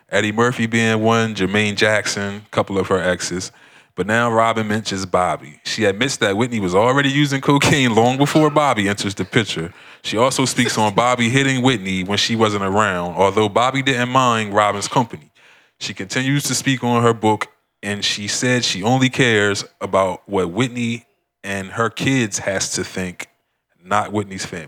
Eddie Murphy being one, Jermaine Jackson, couple of her exes. But now Robin mentions Bobby. She admits that Whitney was already using cocaine long before Bobby enters the picture. She also speaks on Bobby hitting Whitney when she wasn't around, although Bobby didn't mind Robin's company. She continues to speak on her book, and she said she only cares about what Whitney and her kids has to think, not Whitney's family.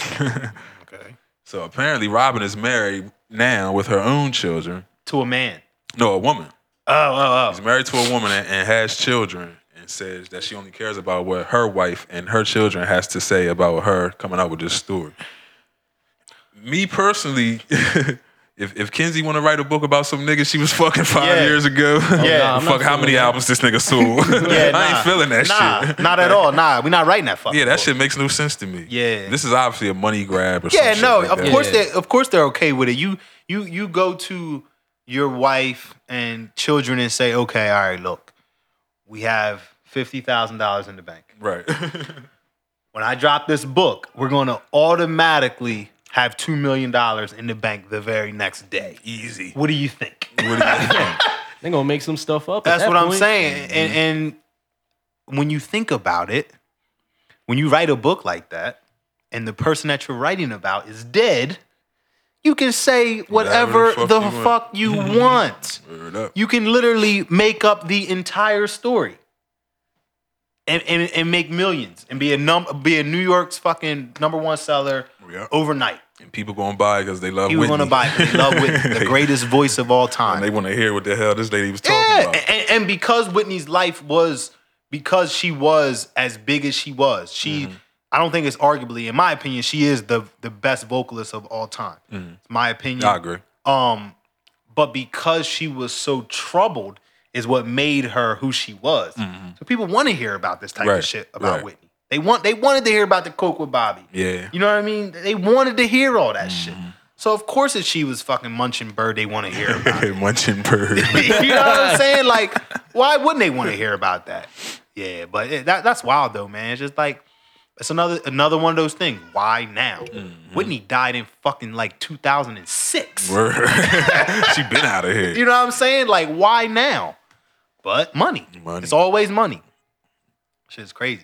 Okay. so apparently Robin is married now with her own children. To a man. No, a woman. Oh, oh, She's oh. married to a woman and, and has children and says that she only cares about what her wife and her children has to say about her coming out with this story. Me personally, if if Kenzie want to write a book about some nigga she was fucking five Yeah. Oh, years ago, Yeah. I'm not fuck how feeling many that. albums this nigga sold. Yeah, I nah. ain't feeling that nah, shit. not at all. Nah, we're not writing that fucking Yeah, that book. shit makes no sense to me. Yeah. This is obviously a money grab or Yeah, some no, shit like of that. course Yeah. they of course they're okay with it. You you you go to your wife and children and say, okay, all right, look, we have fifty thousand dollars in the bank. Right. When I drop this book, we're gonna automatically have two million dollars in the bank the very next day. Easy. What do you think? What do you think? They're gonna make some stuff up. at That's that what I'm point. saying. And and when you think about it, when you write a book like that, and the person that you're writing about is dead, you can say whatever, Whatever the the fuck fuck you want. Word up. You can literally make up the entire story. And, and, and make millions and be a num- be a New York's fucking number one seller Yeah. overnight. And people gonna buy because they love He was Whitney. gonna buy it. Love Whitney, the greatest voice of all time. and they want to hear what the hell this lady was talking Yeah, about. a- and, and because Whitney's life was because she was as big as she was, she Mm-hmm. I don't think it's arguably, in my opinion, she is the the best vocalist of all time. It's my opinion. Mm-hmm. I agree. Um, but because she was so troubled, is what made her who she was. So people want to hear about this type Mm-hmm. Right, of shit about right. Whitney. They want they wanted to hear about the coke with Bobby. Yeah. Mm-hmm. You know what I mean? They wanted to hear all that shit. So of course, if she was fucking munching bird, they want to hear about. it Munching bird. you know what I'm saying? Like, why wouldn't they want to hear about that? Yeah, but it, that that's wild though, man. It's just like it's another another one of those things. Why now? Whitney died in fucking like 2006. Mm-hmm. Word. she been out of here. You know what I'm saying? Like, why now? But money. Money. It's always money. Shit's crazy.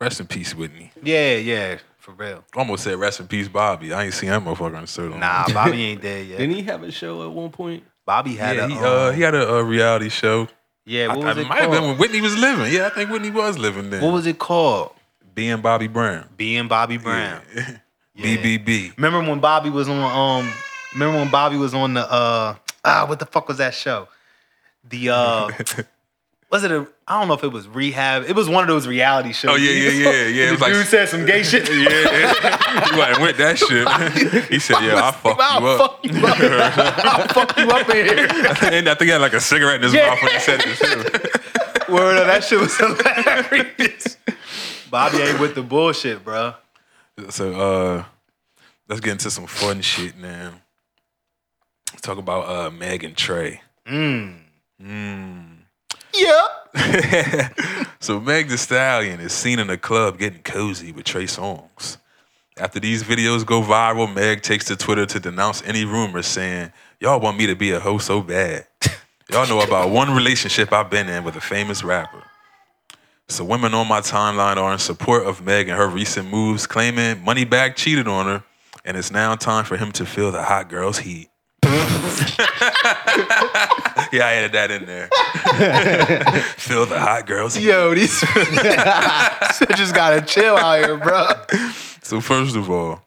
Rest in peace, Whitney. Yeah, yeah, for real. Almost said rest in peace, Bobby. I ain't seen that motherfucker in so long. Nah, Bobby ain't dead yet. Didn't he have a show at one point? Bobby had Yeah, a he, um, uh, he had a, uh reality show. yeah. I, What I- was it it might have been called? when Whitney was living. Yeah, I think Whitney was living then. What was it called? Being Bobby Brown. Being Bobby Brown. Yeah. Yeah. BBB. Remember when Bobby was on um remember when Bobby was on the uh ah what the fuck was that show? The uh was it a I don't know if it was rehab. It was one of those reality shows. Oh, yeah, yeah, yeah, yeah. It the was like- dude said some gay shit. Yeah, yeah. he went with that shit. He said, "Yeah, I fucked I'll you up." fuck you up. I'll fuck you up in here. and I think he had like a cigarette in his Yeah. mouth when he said this. too. Word up, that shit was hilarious. Bobby ain't with the bullshit, bro. So uh let's get into some fun shit now. Let's talk about uh Meg and Trey. Yeah. so Meg the Stallion is seen in a club getting cozy with Trey Songs. After these videos go viral, Meg takes to Twitter to denounce any rumors saying, Y'all want me to be a hoe so bad. Y'all know about one relationship I've been in with a famous rapper. So women on my timeline are in support of Meg and her recent moves, claiming Moneybag cheated on her, and it's now time for him to feel the hot girl's heat. yeah, I added that in there. feel the hot girl's heat. Yo, these just gotta chill out here, bro. So first of all,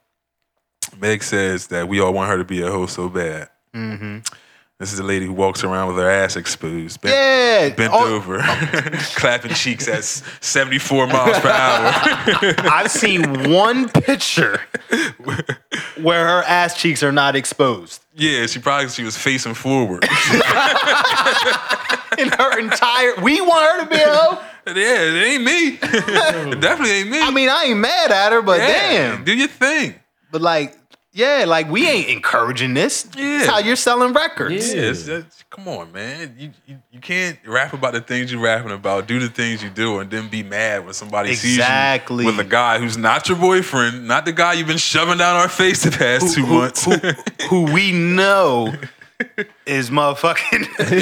Meg says that we all want her to be a hoe so bad. Mm-hmm. This is a lady who walks around with her ass exposed, bent, Yeah. bent Oh, over, clapping cheeks at s- 74 miles per hour. I've seen one picture where her ass cheeks are not exposed yeah, she probably she was facing forward. in her entire. We want her to be a hoe. yeah, it ain't me. it definitely ain't me. I mean, I ain't mad at her, but Yeah, damn. do your thing. But like, yeah, like we ain't encouraging this. That's Yeah. how you're selling records. Yeah, it's- that's- come on, man. You, you you can't rap about the things you're rapping about, do the things you do, and then be mad when somebody Exactly. sees you with a guy who's not your boyfriend, not the guy you've been shoving down our face the past two months. Who, who we know is motherfucking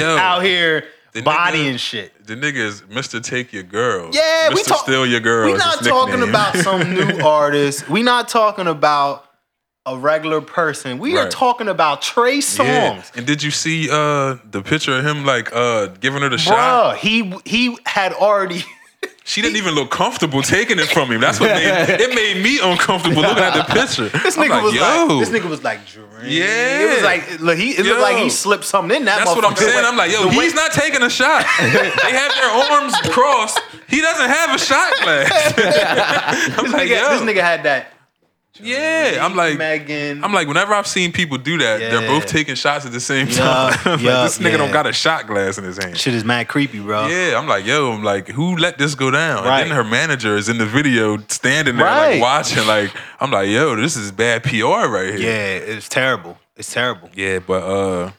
Yo. out here The body nigga- and shit. The nigga is Mr. Take Your Girl. Yeah, Mr. we talk- Steal Your Girl. We is not his talking nickname. about some new artist. We not talking about a regular person. We are Right. talking about Trey Songs. Yeah. And did you see uh the picture of him like uh giving her the shot? Bruh, he he had already She didn't even look comfortable taking it from him. That's what made it made me uncomfortable looking at the picture. this I'm nigga was yo, like this nigga was like Jermaine. Yeah. It was like look he it Yo. looked like he slipped something in that That's what I'm motherfucker. saying. I'm like, yo, the way- he's not taking a shot. they have their arms crossed. He doesn't have a shot glass. I'm this, like, nigga, yo, this nigga had that. yeah. I'm like, Megan. I'm like, whenever I've seen people do that, they're both Yeah. taking shots at the same Yeah, time. I'm like, yeah, this nigga don't yeah. got a shot glass in his hand. shit is mad creepy, bro. Yeah, I'm like, yo, I'm like, who let this go down? Right. And then her manager is in the video standing there, like Right. watching. Like, I'm like, yo, this is bad PR right here. Yeah, it's terrible. It's terrible. Yeah, but uh,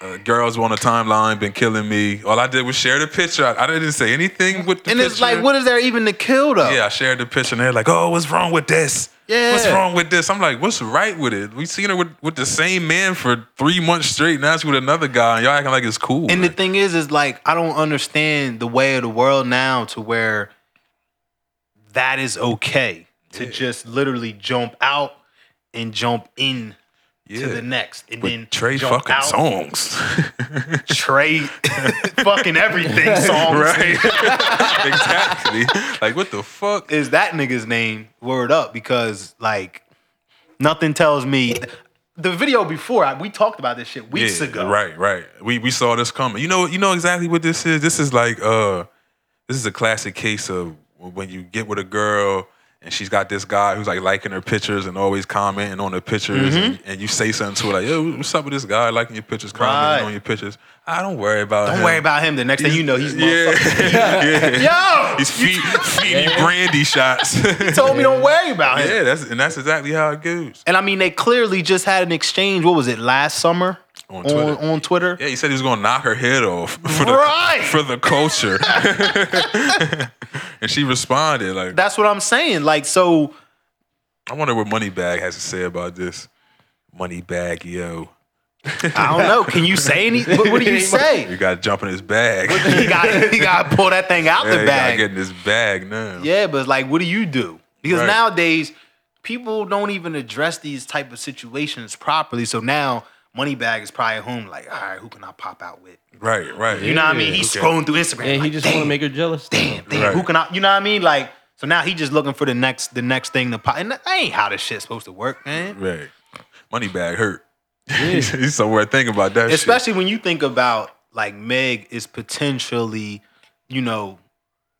uh girls on a timeline been killing me. All I did was share the picture. I, I didn't say anything with the And picture. it's like, what is there even to kill though? Yeah, I shared the picture and they're like, oh, what's wrong with this? What's Yeah. wrong with this? I'm like, what's right with it? We seen her with, with the same man for three months straight. Now she's with another guy, and y'all acting like it's cool. And the man. thing is, is like I don't understand the way of the world now to where that is okay to just literally jump out and jump in yeah. to the next, and then with Trey jump fucking out, songs. Trey fucking everything song. right? exactly. Like what the fuck? Is that nigga's name word up? Because like nothing tells me the video before I, we talked about this shit weeks Yeah, ago. Right, right. We we saw this coming. You know, you know exactly what this is. This is like uh this is a classic case of when you get with a girl and she's got this guy who's like liking her pictures and always commenting on her pictures Mm-hmm. and, and you say something to her like, yo, what's up with this guy liking your pictures, commenting Right. on your pictures. I don't worry about Don't him. worry about him. The next thing you know, he's yeah. yeah. yeah. yo. He's feet, feet brandy shots. You told me don't worry about him. yeah, that's and that's exactly how it goes. And I mean, they clearly just had an exchange. What was it last summer On on Twitter. on Twitter? Yeah, he said he was gonna knock her head off for the Right. for the culture, and she responded like, That's what I'm saying. Like, so "I wonder what Moneybag has to say about this." Moneybag, yo, I don't know. Can you say anything? What, what do you you say? got to jump in his bag. He got he got to pull that thing out yeah, the you gotta bag. get in his bag now. Yeah, but like, what do you do? Because Right. nowadays, people don't even address these type of situations properly. So now, Moneybag is probably home. Like, all right, who can I pop out with? Right, right. You know what I mean? Yeah, He's okay. scrolling through Instagram. And he like, just want to damn. make her jealous. damn, damn, Right. who can I? You know what I mean? Like, so now he just looking for the next, the next thing to pop. And that ain't how this shit's supposed to work, man. right. Moneybag hurt. he's, he's somewhere thinking about that. shit. Especially when you think about like Meg is potentially, you know,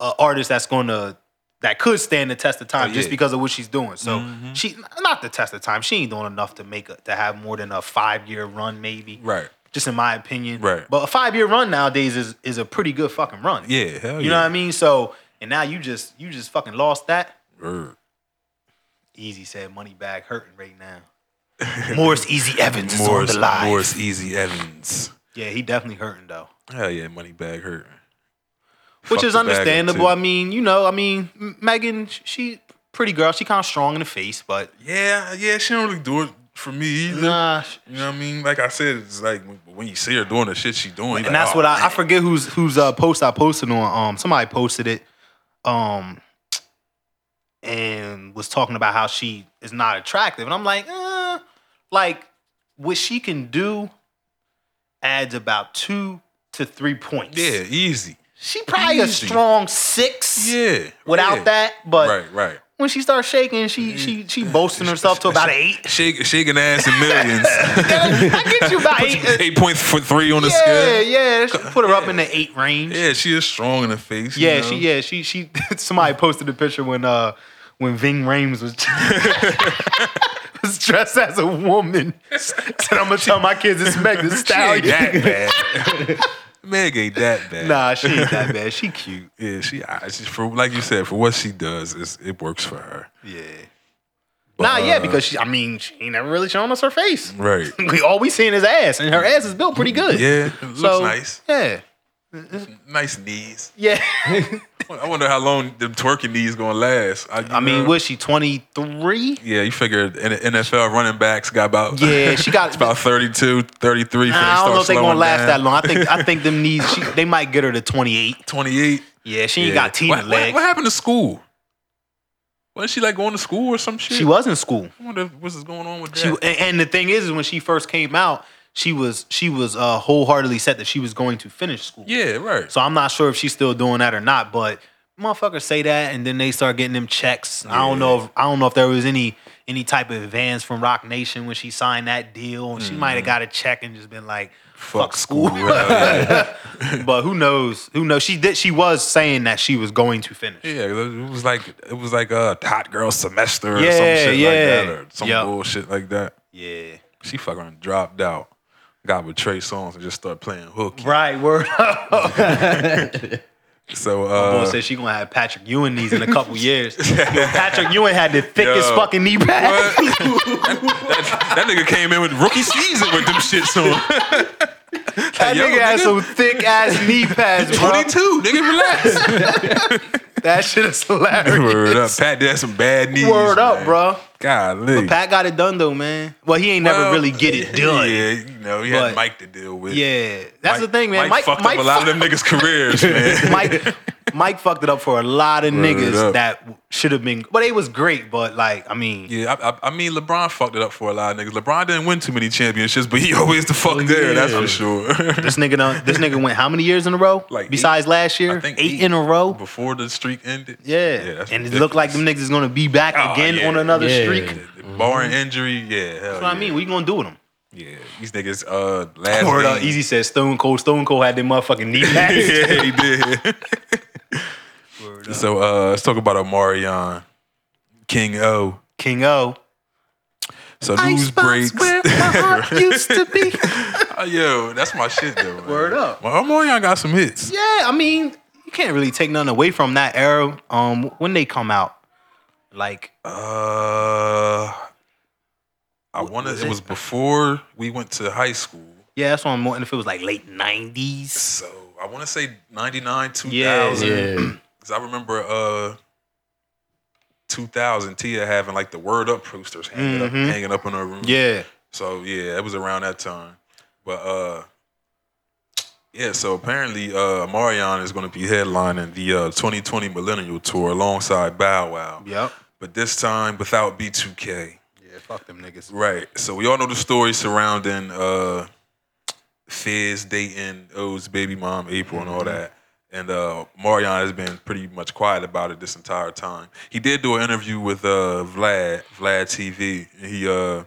an artist that's going to that could stand the test of time Oh, just yeah. Mm-hmm. because of what she's doing. So she not the test of time. She ain't doing enough to make a, to have more than a five year run, maybe. Right. Just in my opinion. Right. But a five year run nowadays is is a pretty good fucking run. Yeah. Hell You know what I mean? So and now you just you just fucking lost that. mean? Easy said money bag hurting right now. Morris Easy Evans is on Morris, the live. Morris Easy Evans. Yeah, he definitely hurting though. Hell yeah, Moneybag hurt. which Fuck is the bag up, understandable. too. I mean, you know, I mean, M- Megan, sh- she pretty girl. She kind of strong in the face, but Yeah, yeah, she don't really do it for me either. nah. sh- You know what I mean? Like I said, it's like when you see her doing the shit she doing, oh, And that's what I, I forget whose whose uh, post I posted on. Um, somebody posted it, um, and was talking about how she is not attractive, and I'm like, eh, like what she can do adds about two to three points. Yeah, easy. she probably a Easy. strong six. Yeah. Without yeah. that, but right, right. when she starts shaking, she she she boasting herself to about an eight. Shake, shaking ass in millions. I get you about eight. Eight point three on the Yeah, scale. yeah. She put her up in the eight range. Yeah, Yeah, she is strong in the face. you know? she yeah, she she somebody posted a picture when uh when Ving Rames was was dressed as a woman. Said I'm gonna tell my kids it's Meg the She ain't Stallion. that bad. Meg ain't that bad. Nah, she ain't that bad. She cute. Yeah, she, I, she for like you said, for what she does, it's, it works for her. Yeah. Nah, But, yeah, uh, because she, I mean, she ain't never really shown us her face. Right. We all we seeing is ass, and her ass is Mm-hmm. built pretty good. Yeah. It looks so nice. Yeah, Nice knees. yeah. I wonder how long the twerking knees gonna last. you I mean, know? was she 23? yeah, you figure N- NFL running backs got about Yeah, she got- it's about 32, 33. Nah, finna I don't know start if they're gonna slowing last down. that long. I think I think them knees she, they might get her to 28. 28. Yeah, she ain't Yeah. got Tina what, legs. What, what happened to school? Wasn't she like going to school or some shit? She was in school. I wonder what's going on with that. She and- and the thing is, is when she first came out, she was she was uh, wholeheartedly set that she was going to finish school. yeah, right. So I'm not sure if she's still doing that or not, but motherfuckers say that and then they start getting them checks. I don't know if I don't know if there was any any type of advance from Rock Nation when she signed that deal and she Mm. might have got a check and just been like fuck, school. yeah, but who knows? Who knows? She did she was saying that she was going to finish. Yeah, it was like it was like a hot girl semester or Yeah, some shit yeah. like that or some Yup. bullshit like that. Yeah. She fucking dropped out. Got with Trey Songs and just started playing hook. Right, word up. So Boy uh, said she gonna have Patrick Ewing knees in a couple years. Yo, Patrick Ewing had the thickest Yo. fucking knee pad. What? that, that nigga came in with rookie season with them shits on. That Yo, nigga had nigga. some thick ass knee pads, bro. 22, nigga, relax. That shit is hilarious. Word up. Pat did some bad knees. Word up, man. bro. Golly. Pat got it done though, man. Well, he ain't never Well, really get it done. Yeah, Yeah, you know, he But- had Mike to deal with. that's the Mike- thing, man. Mike Mike, fucked Mike up a lot of them niggas' careers, man. Mike, Mike fucked it up for a lot of niggas up. that should have been. But it was great. But like, I mean, Yeah, I, I, I mean, LeBron fucked it up for a lot of niggas. LeBron didn't win too many championships, but he always the Oh, fuck there, that's for sure. this nigga done, this nigga went how many years in a row? Like besides last year, I think eight, eight. in a row. Before the streak ended. Yeah, that's and it looked like ridiculous. them niggas is gonna be back Oh, again yeah. on another Yeah. streak. That's That's Barring injury, yeah. That's Mm-hmm. what I mean. What you gonna do with them? Yeah, these niggas. Uh, last Word up, game- Easy said Stone Cold. Stone Cold had them motherfucking knee pads. yeah, he did. so uh, let's talk about Omarion, King O. King O. So news breaks. heart used to be. Oh, yo, that's my shit though. man. Word up. Well, Omarion got some hits. Yeah, I mean, you can't really take nothing away from that era. Um, when they come out, like Uh, I want was to. It it? was before we went to high school, yeah, that's what I'm wanting. If it was like late '90s, so I want to say ninety nine, two Yeah, thousand. Yeah. Because I remember uh, 2000 Tia having like the word up posters hanging up Mhm. hanging up in her room. yeah, So yeah, it was around that time. But uh, yeah. So apparently, uh, Marion is going to be headlining the uh, 2020 Millennial Tour alongside Bow Wow. yep, But this time without B2K. yeah, fuck them niggas. Right. So we all know the story surrounding uh Fizz dating O's baby mom, April, and all Mm-hmm. that. And uh Marion has been pretty much quiet about it this entire time. He did do an interview with uh Vlad, Vlad TV, and he uh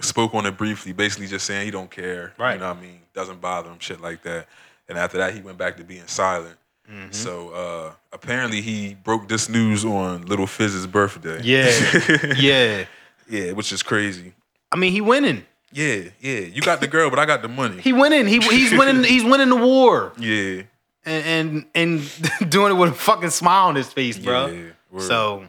spoke on it briefly, basically just saying he don't care. Right. You know what I mean? Doesn't bother him, shit like that. And after that he went back to being silent. Mm-hmm. So uh apparently he broke this news on little Fizz's birthday. Yeah, yeah. yeah, which is crazy. I mean, he winning. Yeah, yeah. You got the girl, but I got the money. He winning. He he's winning. He's winning the war. Yeah. and and, and doing it with a fucking smile on his face, bro. Yeah, word. so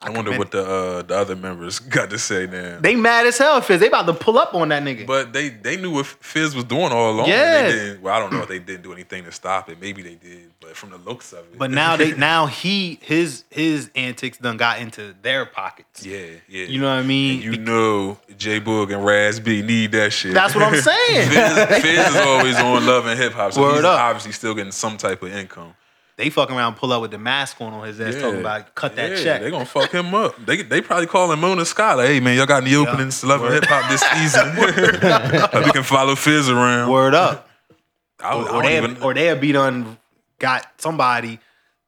I, wonder what the uh, the other members got to say now. they mad as hell, Fizz. They about to pull up on that nigga. but they they knew what Fizz was doing all along. and Yeah. They didn't, well, I don't know if they didn't do anything to stop it. Maybe they did, but from the looks of it. But now they now he his his antics done got into their pockets. yeah, yeah. You know what I And mean? you know, J Boog and Raz B need that shit. That's what I'm saying. Fizz, Fizz is always on Love and Hip Hop, so Word he's up. obviously still getting some type of income. they fucking around, pull up with the mask on on his ass, talking about cut that Yeah, check. They gonna fuck him up. They they probably calling Mona Scott like, hey man, y'all got any openings to Love and Hip Hop this season? Hope you can follow Fizz around. Word up. I, Or, don't- or I they don't have, even, or they have be done got somebody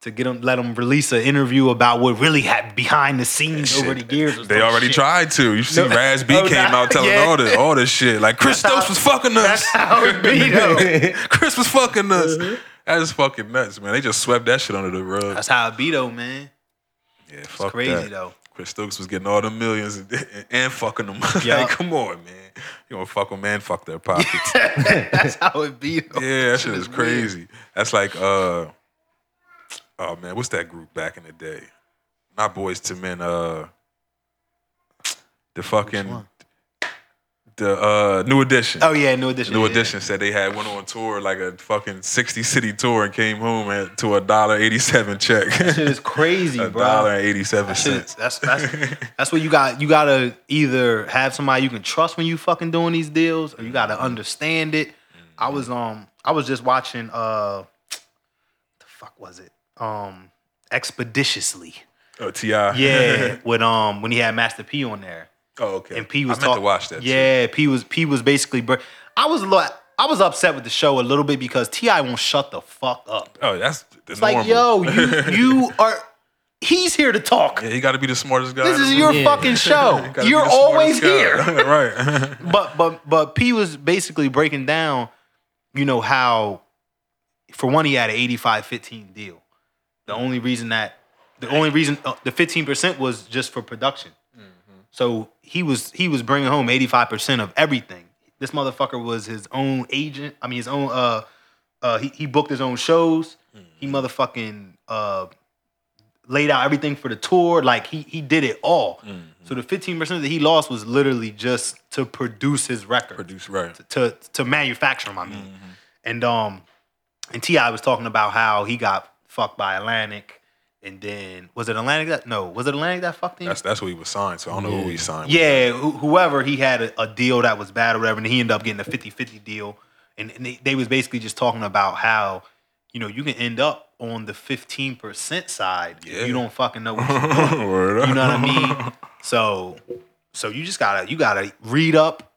to get them let them release an interview about what really happened behind the scenes over the years. or they some already shit. tried to. You see, No. Raz B Oh, came nah. out telling Yeah. all the all this shit. Like Chris how- Stokes was fucking us. That's how it be though. Chris was fucking us. That is fucking nuts, man. They just swept that shit under the rug. Mm-hmm. That's how it be though, man. yeah, fuck crazy that. though. Chris Stokes was getting all the millions and, and fucking them. Yeah. like, come on, man. You don't fuck a man, fuck their pockets. That's how it be though. Yeah, that shit is crazy. That's like uh oh man, what's that group back in the day? Not boys to men, uh the fucking the uh, New Edition. Oh yeah, new edition. New yeah. Edition said they had went on tour like a fucking sixty city tour and came home at, to a dollar eighty seven check, That shit is crazy, a bro. dollar and eighty seven That shit- cents. that's that's that's what you got. You gotta either have somebody you can trust when you fucking doing these deals, or you gotta Mm-hmm. understand it. I was um I was just watching uh the fuck was it um expeditiously Oh, Ti. yeah with um when he had Master P on there oh, okay. and P was I meant talk- to watch that. too. Yeah, P was P was basically. Bur- I was a lot. I was upset with the show a little bit because Ti won't shut the fuck up. Oh, that's the It's like, yo, you you are. He's here to talk. yeah, you got to be the smartest guy. This in the is room. your Yeah. fucking show. Gotta be You're the always smartest here. guy. right. But but but P was basically breaking down, you know, how for one he had an 85-15 deal. The only reason that the only reason uh, the 15% was just for production. So he was he was bringing home 85% of everything. This motherfucker was his own agent. I mean his own uh uh he, he booked his own shows. He motherfucking uh laid out everything for the tour. Like he he did it all. So the 15% that he lost was literally just to produce his record Produce right. to to manufacture them. I mean, Mm-hmm. and um, and Ti was talking about how he got fucked by Atlantic, and then was it Atlantic that no was it Atlantic that fucked him? That's that's what he was signed. So I don't know who he signed. with. yeah, wh- whoever he had a, a deal that was bad or whatever, and he ended up getting a 50-50 deal, and, and they, they was basically just talking about how you know you can end up on the fifteen percent side Yeah. if you don't fucking know what you're doing. Word up. You know what I mean? So, so you just gotta you gotta read up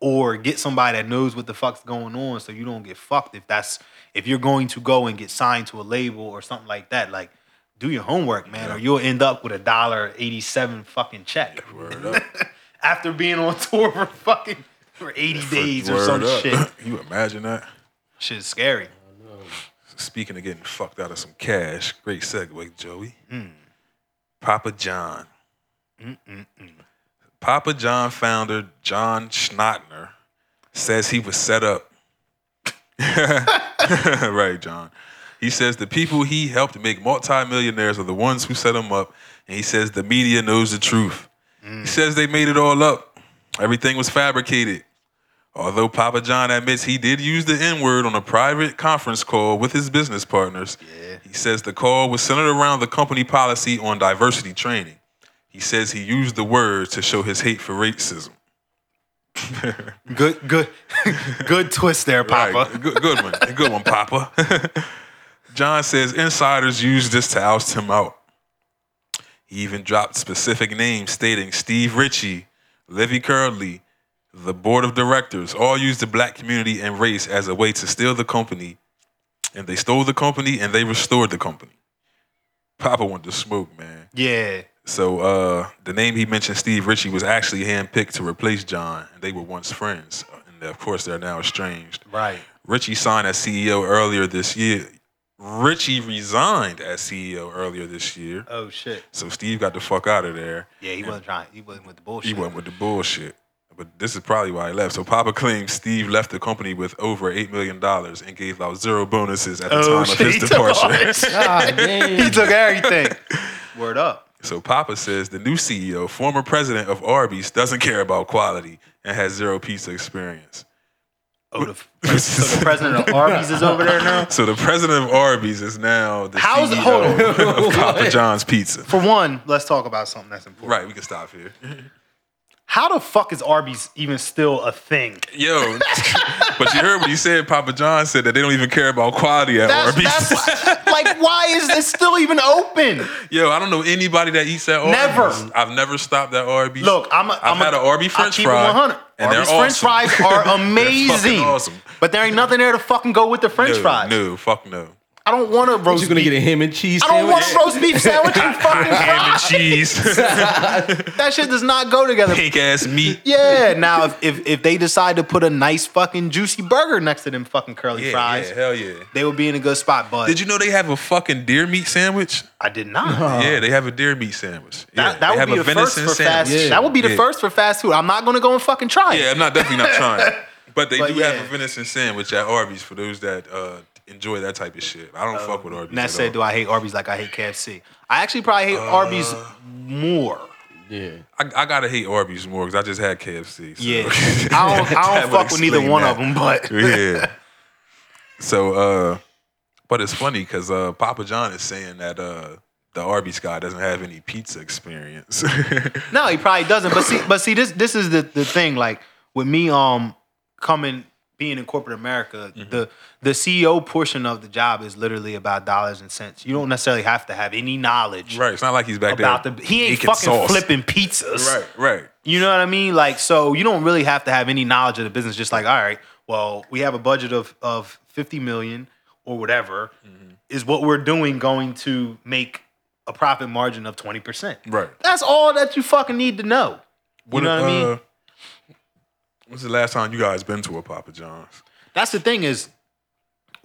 or get somebody that knows what the fuck's going on, so you don't get fucked. If that's if you're going to go and get signed to a label or something like that, like do your homework, man, or you'll end up with a dollar eighty seven fucking check Word up. after being on tour for fucking for eighty days or Word some up. shit. you imagine that? Shit's scary. Speaking of getting fucked out of some cash, great segue, Joey. Papa John. Papa John founder John Schnottner says he was set up. right, John. He says the people he helped make multimillionaires are the ones who set him up, and he says the media knows the truth. He says they made it all up. Everything was fabricated. Although Papa John admits he did use the N word on a private conference call with his business partners, he says the call was centered around the company policy on diversity training. He says he used the word to show his hate for racism. Good, good, good twist there, Papa. Right. Good, good one. Good one, Papa. John says insiders used this to oust him out. He even dropped specific names stating Steve Ritchie, Livy Curley, the board of directors, all used the black community and race as a way to steal the company. And they stole the company and they restored the company. Papa wanted to smoke, man. Yeah, So uh, the name he mentioned, Steve Ritchie, was actually handpicked to replace John. and They were once friends, and of course they're now estranged. right. Richie signed as CEO earlier this year. Richie resigned as CEO earlier this year. Oh shit. So Steve got the fuck out of there. Yeah, he wasn't trying. He wasn't with the bullshit. He went with the bullshit. But this is probably why he left. So Papa claims Steve left the company with over $8 million and gave out zero bonuses at the time Oh, shit, of his he took all departure. this. God damn. he took everything. Ah, Word up. So Papa says the new CEO, former president of Arby's, doesn't care about quality and has zero pizza experience. Oh, the, so the president of Arby's is over there now. So the president of Arby's is now the How's- CEO hold on. of Papa What? John's Pizza. For one, let's talk about something that's important. Right, we can stop here. How the fuck is Arby's even still a thing? Yo, but you heard what he said. Papa John said that they don't even care about quality at That's, Arby's. that's why- like, why is this still even open? Yo, I don't know anybody that eats at Arby's. Never. I've never stopped at Arby's. Look, I'm a, I've I'm had a, an Arby I'll French keep it fry, 100. and they're Arby's French awesome. fries are amazing, awesome. but there ain't nothing there to fucking go with the French no, fries. no, fuck no. I don't want a roast You gonna beef. get a ham and cheese I don't sandwich? want a roast beef sandwich and fucking Ham fries. and cheese, That shit does not go together. pink ass meat. Yeah. Now, if, if if they decide to put a nice fucking juicy burger next to them fucking curly Yeah, fries, yeah, hell yeah. they would be in a good spot. But Did you know they have a fucking deer meat sandwich? I did not. yeah, they have a deer meat sandwich. Yeah, Uh-huh. That, that they would have be a the first venison for fast. sandwich. Yeah. That would be the Yeah. first for fast food. I'm not gonna go and fucking try it. Yeah, I'm not definitely not trying. But they But do yeah. have a venison sandwich at Arby's for those that uh, enjoy that type of shit. I don't Oh. fuck with Arby's. Nat at said, all. Uh, "Do I hate Arby's like I hate KFC? I actually probably hate Arby's more. Yeah. I, I gotta hate Arby's more because I just had KFC. so- Yeah. I don't, I That don't would fuck with neither explain one that. of them, but yeah. So, uh, but it's funny because uh, Papa John is saying that uh, the Arby's guy doesn't have any pizza experience. no, he probably doesn't. But see, but see, this this is the, the thing. Like with me, um, coming being in corporate America, Mm-hmm. the the CEO portion of the job is literally about dollars and cents. You don't necessarily have to have any knowledge right. It's not like he's back about there. the. He ain't making fucking sauce. flipping pizzas. Right. Right. You know what I mean? Like, so you don't really have to have any knowledge of the business. Just like, all right, well, we have a budget of of fifty million or whatever. Mm-hmm. Is what we're doing going to make a profit margin of twenty percent? Right. That's all that you fucking need to know. What know if, what I mean? uh, When's the last time you guys been to a Papa John's? That's the thing is,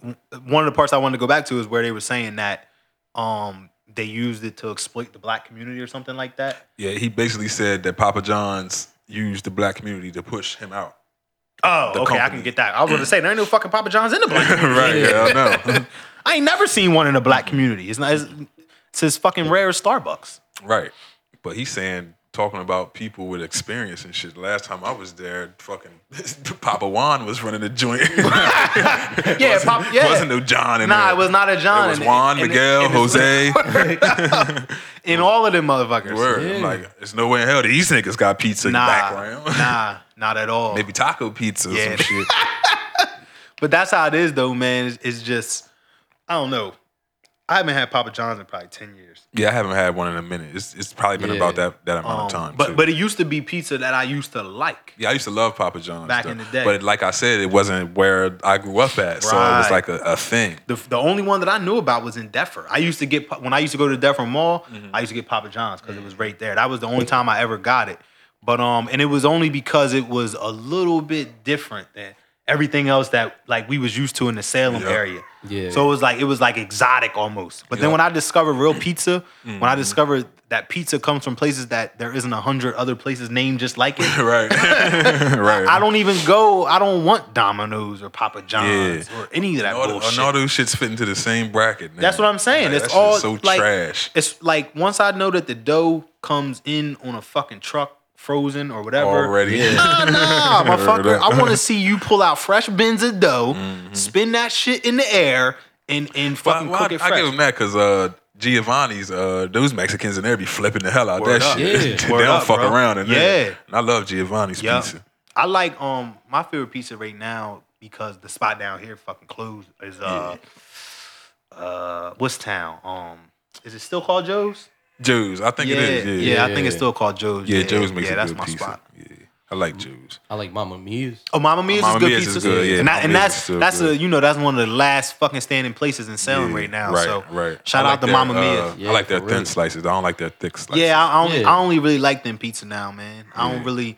w- one of the parts I wanted to go back to is where they were saying that um they used it to exploit the black community or something like that. Yeah, he basically said that Papa John's used the black community to push him out. Oh, The okay, I company. can get that. I was gonna say there ain't no fucking Papa John's in the black community. right. Yeah, I know. I ain't never seen one in a black community. It's not. It's, it's as fucking rare as Starbucks. Right. But he's saying talking about people with experience and shit. Last time I was there, fucking Papa Juan was running the joint. Yeah, Wasn't- Pop- yeah. Wasn't no John in Nah, there. it was not a John. It was And- Juan, and- Miguel, and it's- Jose. in all of them motherfuckers. Word. I'm Yeah. like, there's no way in hell these niggas got pizza in the Nah, background. nah, not at all. Maybe taco pizza or Yeah. some shit. But that's how it is, though, man. It's, it's just, I don't know. I haven't had Papa John's in probably ten years. Yeah, I haven't had one in a minute. It's, it's probably been Yeah. about that, that amount Um, of time. but too. but it used to be pizza that I used to like. Yeah, I used to love Papa John's Back though. in the day. But like I said, it wasn't where I grew up at, so it was Right. like a, a thing. The, the only one that I knew about was in Deffer. I used to get when I used to go to the Deffer Mall. Mm-hmm. I used to get Papa John's because it was right there. That was the only time I ever got it. But um, and it was only because it was a little bit different than everything else that like we was used to in the Salem Yeah. area. Yeah. So it was like it was like exotic almost. But Yeah. then Mm-hmm. when I discovered real pizza, when I discovered that pizza comes from places that there isn't a hundred other places named just like it, right. right. I don't even go. I don't want Domino's or Papa John's or any of that And all, bullshit. and all those shits fit into the same bracket. Now. That's what I'm saying. Like, it's that shit's all so like, trash. It's like once I know that the dough comes in on a fucking truck, frozen or whatever. Already. Nah, nah, motherfucker. Heard that. I want to see you pull out fresh bins of dough, Mm-hmm. spin that shit in the air, and and Well, fucking well, cook I, it I fresh. give them that because uh, Giovanni's, uh, those Mexicans in there be flipping the hell out Word that up. shit. Yeah. they Word don't up, fuck bro. around in there. Yeah. And I love Giovanni's Yup. pizza. I like um my favorite pizza right now because the spot down here fucking closed is uh uh what's town um is it still called Joe's? Joe's, I think Yeah, it is. Yeah, yeah, I think it's Yeah. still called Joe's. Yeah, Joe's makes yeah, a that's good my pizza. spot. Yeah, I like Joe's. I like Mama Mia's. Oh, Mama Mia's Mamma is good Mia's pizza. is good, yeah, and, that, Mamma and Mia's is that's still that's good. a you know that's one of the last fucking standing places in Salem Yeah, right now. Right, so right. shout I out to their, Mama uh, Mia's. Yeah, I like their for thin real. slices. I don't like their thick slices. Yeah, I, I only Yeah. I only really like them pizza now, man. I don't Yeah. really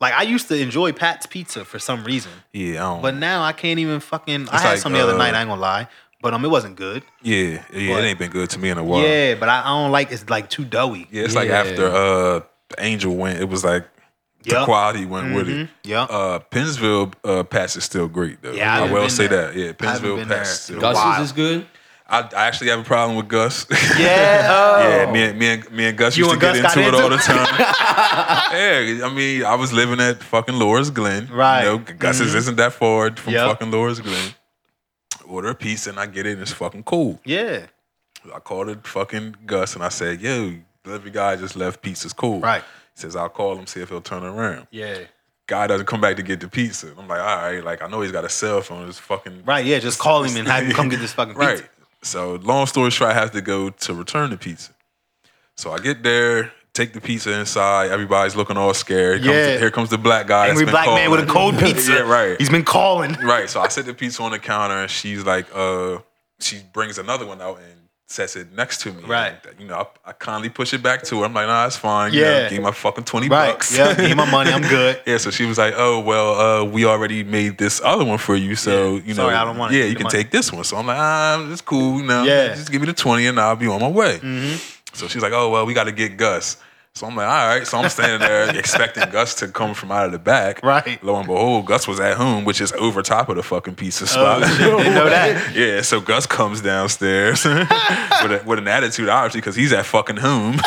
like I used to enjoy Pat's Pizza for some reason. yeah, I don't. But now I can't even fucking. I had like, some the other uh, night. I ain't gonna lie, but um, it wasn't good. yeah, yeah, But- it ain't been good to me in a while. Yeah, but I, I don't like. It's like too doughy. Yeah, it's like Yeah. after uh Angel went, it was like the Yup. quality went with Mhm. it. Yup. Uh Pennsville uh Pats is still great though. Yeah, I I haven't will been say there. that. Yeah, I haven't Pennsville Pats been there. still. Gus's Wow. is good. I, I actually have a problem with Gus. yeah. yeah, Oh. me and me and, me and Gus You used to and get Gus got into it into all the it? time. yeah, I mean, I was living at fucking Laura's Glen. Right. You know, Gus's Mhm. isn't that far from Yep. fucking Laura's Glen. Order a pizza and I get it and it's fucking cool. yeah. I called it fucking Gus and I said, yo, delivery guy just left pizza's cool. Right. He says, I'll call him, see if he'll turn around. Yeah. Guy doesn't come back to get the pizza. I'm like, all right, like I know he's got a cell phone. It's fucking Right. Yeah. Just call him and have him come get this fucking pizza. Right. So long story short, I have to go to return the pizza. So I get there, take the pizza inside. Everybody's looking all scared. Here Comes Yeah. the, here comes the black guy. that's Angry been black man with a calling. cold pizza. yeah, right. He's been calling. right. So I set the pizza on the counter, and she's like, uh, she brings another one out and sets it next to me. Right. And, you know, I, I kindly push it back to her. I'm like, nah, it's fine. You know, Yeah. give me my fucking twenty Right. bucks. Yeah. Give me my money. I'm good. Yeah, so she was like, "Oh well, uh, we already made this other one for you, so Yeah. you know, Sorry, I don't want it. yeah, you Give can me take this one." So I'm like, "Ah, it's cool, you know, Yeah. Mm-hmm. just give me the twenty and I'll be on my way." So she's like, "Oh well, we got to get Gus." So I'm like, all right. So I'm standing there expecting Gus to come from out of the back. Right. Lo and behold, Gus was at home, which is over top of the fucking pizza spot. Oh, shit, didn't know that. yeah. So Gus comes downstairs with, a, with an attitude, obviously, because he's at fucking home,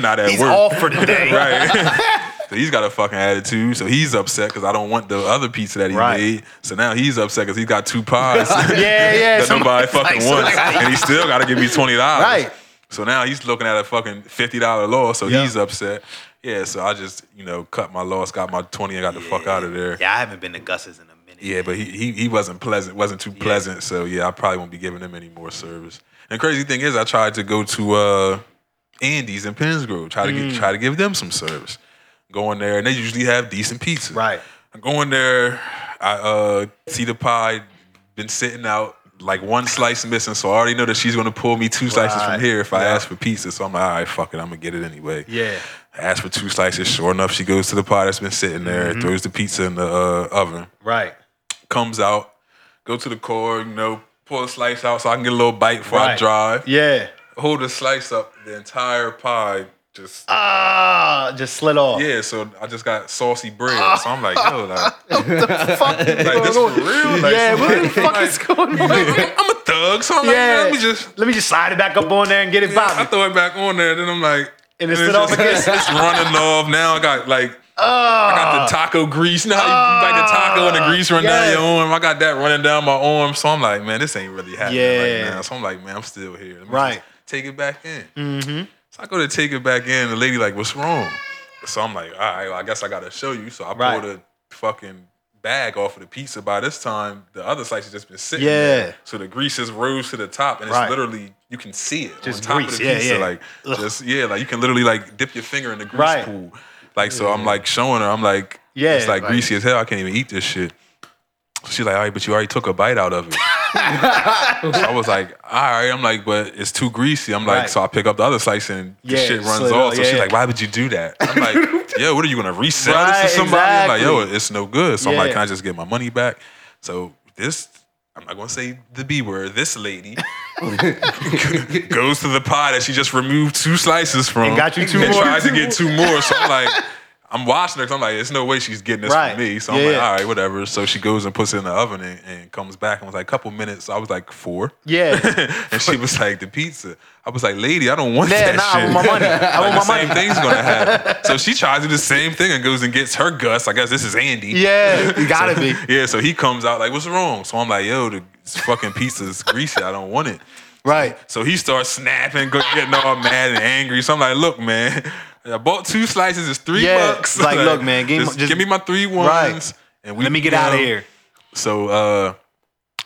not at He's work. off for the day. right. so he's got a fucking attitude. So he's upset because I don't want the other pizza that he Right. made. So now he's upset because he's got two pies Yeah, yeah. that nobody somebody's fucking like, wants, somebody- and he still got to give me twenty dollars. Right. So now he's looking at a fucking fifty dollar loss, so Yeah. he's upset. Yeah, so I just you know cut my loss, got my twenty, and got the fuck out of there. Yeah, Yeah, I haven't been to Gus's in a minute. but he, he he wasn't pleasant, wasn't too pleasant. So yeah, I probably won't be giving him any more service. And crazy thing is, I tried to go to uh, Andy's in Pennsgrove, try to get, try to give them some service. Go in there, and they usually have decent pizza. Right. I go in there, I uh, see the pie, been sitting out, like one slice missing, so I already know that she's gonna pull me two slices Right. from here if I Yeah. ask for pizza. So I'm like, all right, fuck it, I'm gonna get it anyway. Yeah. I ask for two slices. Sure enough, she goes to the pie that's been sitting there, Mm-hmm. throws the pizza in the uh, oven, Right. comes out, go to the car, you know, pull a slice out so I can get a little bite before I Right. drive. Yeah. Hold the slice up, the entire pie just Ah, just slid off. yeah. So I just got saucy bread. So I'm like, yo, like, Fuck. like this for real? Like, yeah, what the fuck like, is going on? I'm a thug, so I'm Yeah. like, let me just. Let me just slide it back up on there and get it I popping. throw it back on there, then I'm like, And it's it's, still off just- again. it's running off. Now I got like, Ah. I got the taco grease. Now you like the taco and the grease running yes. down your arm. I got that running down my arm, so I'm like, man, this ain't really happening Yeah. right now. So I'm like, man, I'm still here. Let me Right. Mm-hmm. just take it back in. So I go to take it back in. The lady like, what's wrong? So I'm like, all right, well, I guess I gotta show you. So I Right. pull the fucking bag off of the pizza. By this time, the other slice has just been sitting. Yeah. There. So the grease just rose to the top, and Right. it's literally you can see it on Just top grease, of the yeah, pizza. yeah. Like Ugh. just yeah, like you can literally like dip your finger in the grease Right. pool. Like so, I'm like showing her. I'm like, Yeah, it's like, like- greasy as hell. I can't even eat this shit. She's like, all right, but you already took a bite out of it. So I was like, all right. I'm like, but it's too greasy. I'm like, Right. so I pick up the other slice and the Yeah, shit runs slid it off. off, So yeah. she's like, why would you do that? I'm like, yo, what are you gonna resell Right, this to somebody? I'm like, yo, exactly. it's no good. So I'm like, Yeah. can I just get my money back? So this, I'm not gonna say the B word. This lady goes to the pie that she just removed two slices from And got you two and more. Tries to get two more. So I'm like. I'm watching her 'cause I'm like, there's no way she's getting this Right. from me. So I'm Yeah, like, yeah. all right, whatever. So she goes and puts it in the oven and, and comes back and was like, couple minutes. I was like, four. Yeah. and she was like, the pizza. I was like, lady, I don't want Yeah, that nah, I shit. want my money. I Like, want my the same money. thing's gonna happen. So she tries to do the same thing and goes and gets her Gus. I guess this is Andy. Yeah, you gotta be. Yeah, so he comes out like, what's wrong? So I'm like, yo, the fucking pizza's greasy. I don't want it. Right. So he starts snapping, go- getting all mad and angry. So I'm like, look, man, I bought two slices. It's three Yeah, bucks. like, look, man, give me- just just- give me my three ones. Right. And we, Let me get you out of know, here. So uh,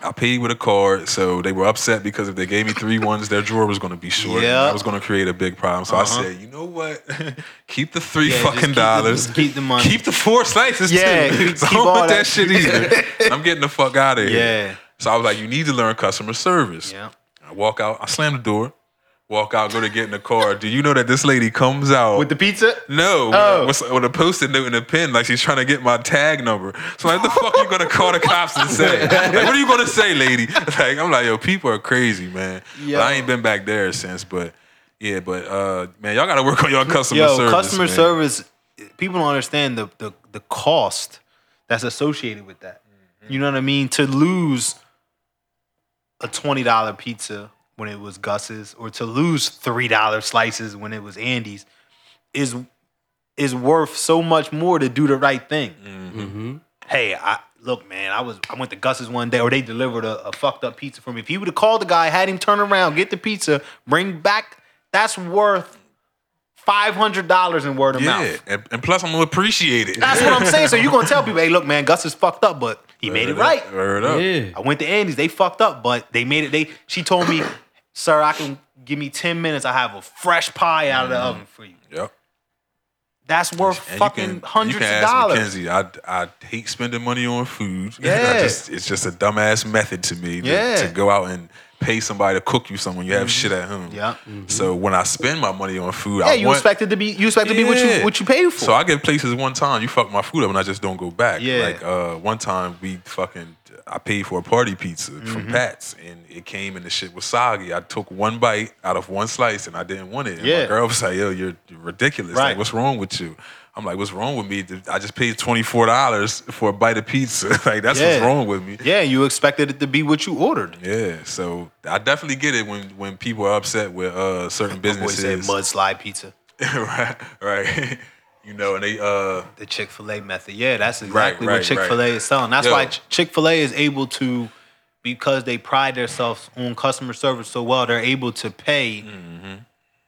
I paid with a card. So they were upset because if they gave me three ones, their drawer was going to be short. Yeah. and That was going to create a big problem. So I said, you know what? keep the three Uh-huh. Yeah, just fucking keep the- dollars. just keep the money. Keep the four slices Yeah, too. keep- so I keep don't all want that. that shit either. And I'm getting the fuck out of here. Yeah. So I was like, you need to learn customer service. Yeah. I walk out. I slam the door. Walk out. Go to get in the car. Do you know that this lady comes out With the pizza? no, Oh. with, with a post-it note and a pen, like she's trying to get my tag number. So like, what the fuck you gonna call the cops and say? Like, what are you gonna say, lady? Like, I'm like, yo, people are crazy, man. But I Yo. ain't been back there since, but yeah, but uh, man, y'all gotta work on your customer Yo, service. customer man. service, people don't understand the, the, the cost that's associated with that. You know what I mean? To lose a $20 pizza when it was Gus's or to lose $3 slices when it was Andy's is is worth so much more to do the right thing. Mm-hmm. hey, I look, man, I was I went to Gus's one day, or they delivered a, a fucked up pizza for me. If he would have called the guy, had him turn around, get the pizza, bring back, that's worth five hundred dollars in word of Yeah, mouth. and, and plus I'm gonna appreciate it. That's what I'm saying. So you're gonna tell people, hey, look, man, Gus is fucked up, but he made it right. Word up. Yeah. I went to Andy's, they fucked up, but they made it. They she told me, sir, I can give me ten minutes. I have a fresh pie out of the oven for you. Yep. That's worth And fucking you can, hundreds you can of ask dollars. Mackenzie, I, I hate spending money on food. I Yeah. just, it's just a dumbass method to me to, Yeah. Mm-hmm. to go out and pay somebody to cook you something. You have shit at home. Yeah. Mm-hmm. So when I spend my money on food, Yeah, I you want. expect it to be you expect to be what Yeah. you what you pay for. so I get places one time. You fuck my food up, and I just don't go back. Yeah. Like uh, one time we fucking, I paid for a party pizza from Mm-hmm. Pat's, and it came and the shit was soggy. I took one bite out of one slice, and I didn't want it. And my Yeah. girl was like, "Yo, you're ridiculous. Like, Right. what's wrong with you?" I'm like, "What's wrong with me? I just paid twenty four dollars for a bite of pizza. like that's what's Yeah. wrong with me." yeah, you expected it to be what you ordered. Yeah, so I definitely get it when when people are upset with uh certain businesses. Boy said mudslide pizza, right, right. you know, and they uh the Chick Fil A method. Yeah, that's exactly right, what Chick Fil A right. is selling. That's Yo. why Chick Fil A is able to, because they pride themselves on customer service so well, they're able to pay Mm-hmm.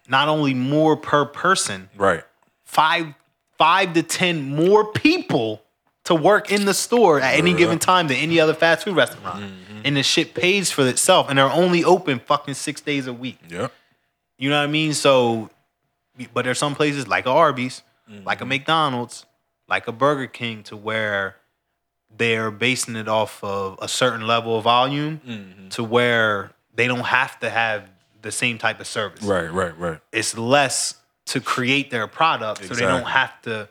not only more per person, right. five five to ten more people to work in the store at any Word given up. time than any other fast food restaurant. And the shit pays for itself. And they're only open fucking six days a week. Yep. You know what I mean? So, but there's some places like a Arby's, like a McDonald's, like a Burger King, to where they're basing it off of a certain level of volume, to where they don't have to have the same type of service. Right, right, right. It's less to create their product, so they don't Exactly. have to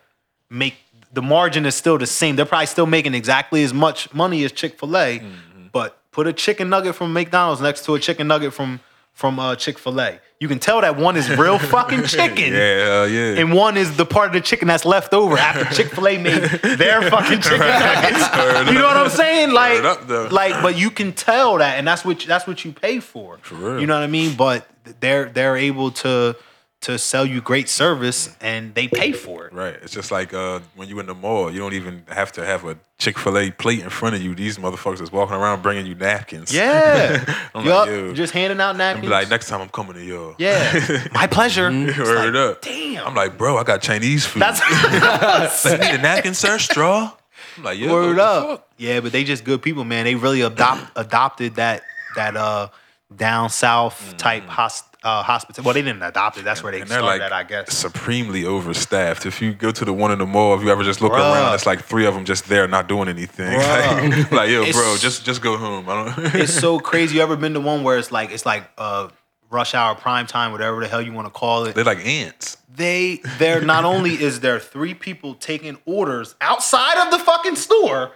make the margin is still the same. They're probably still making exactly as much money as Chick Fil A, Mm-hmm. but put a chicken nugget from McDonald's next to a chicken nugget from from uh, Chick Fil A. You can tell that one is real fucking chicken. Yeah, hell yeah. And one is the part of the chicken that's left over after Chick Fil A made their fucking chicken nuggets. You know what I'm saying? Like, it up, though. like, but you can tell that, and that's what that's what you pay for. For real. You know what I mean? But they're they're able to to sell you great service, and they pay for it. Right. It's just like uh, when you in the mall, you don't even have to have a Chick Fil A plate in front of you. These motherfuckers is walking around bringing you napkins. Yeah. I'm yup. like, yo. Just handing out I'm napkins. like, next time I'm coming to y'all. yeah. My pleasure. It's Word like, up. Damn. I'm like, bro, I got Chinese food. that's like, need a napkin, sir? Straw? I'm like, yeah. Word up. Yeah, but they just good people, man. They really adopt adopted that that uh down south type hosp uh, hospital. Well, they didn't adopt it. That's where they Mm-hmm. and they're started like at, I guess. supremely overstaffed. If you go to the one in the mall, if you ever just look Bruh. around, it's like three of them just there, not doing anything. Bruh. Like, like, yo, bro, It's- just just go home. I don't. It's so crazy. You ever been to one where it's like it's like uh rush hour, prime time, whatever the hell you want to call it. They're like ants. They they're not only is there three people taking orders outside of the fucking store,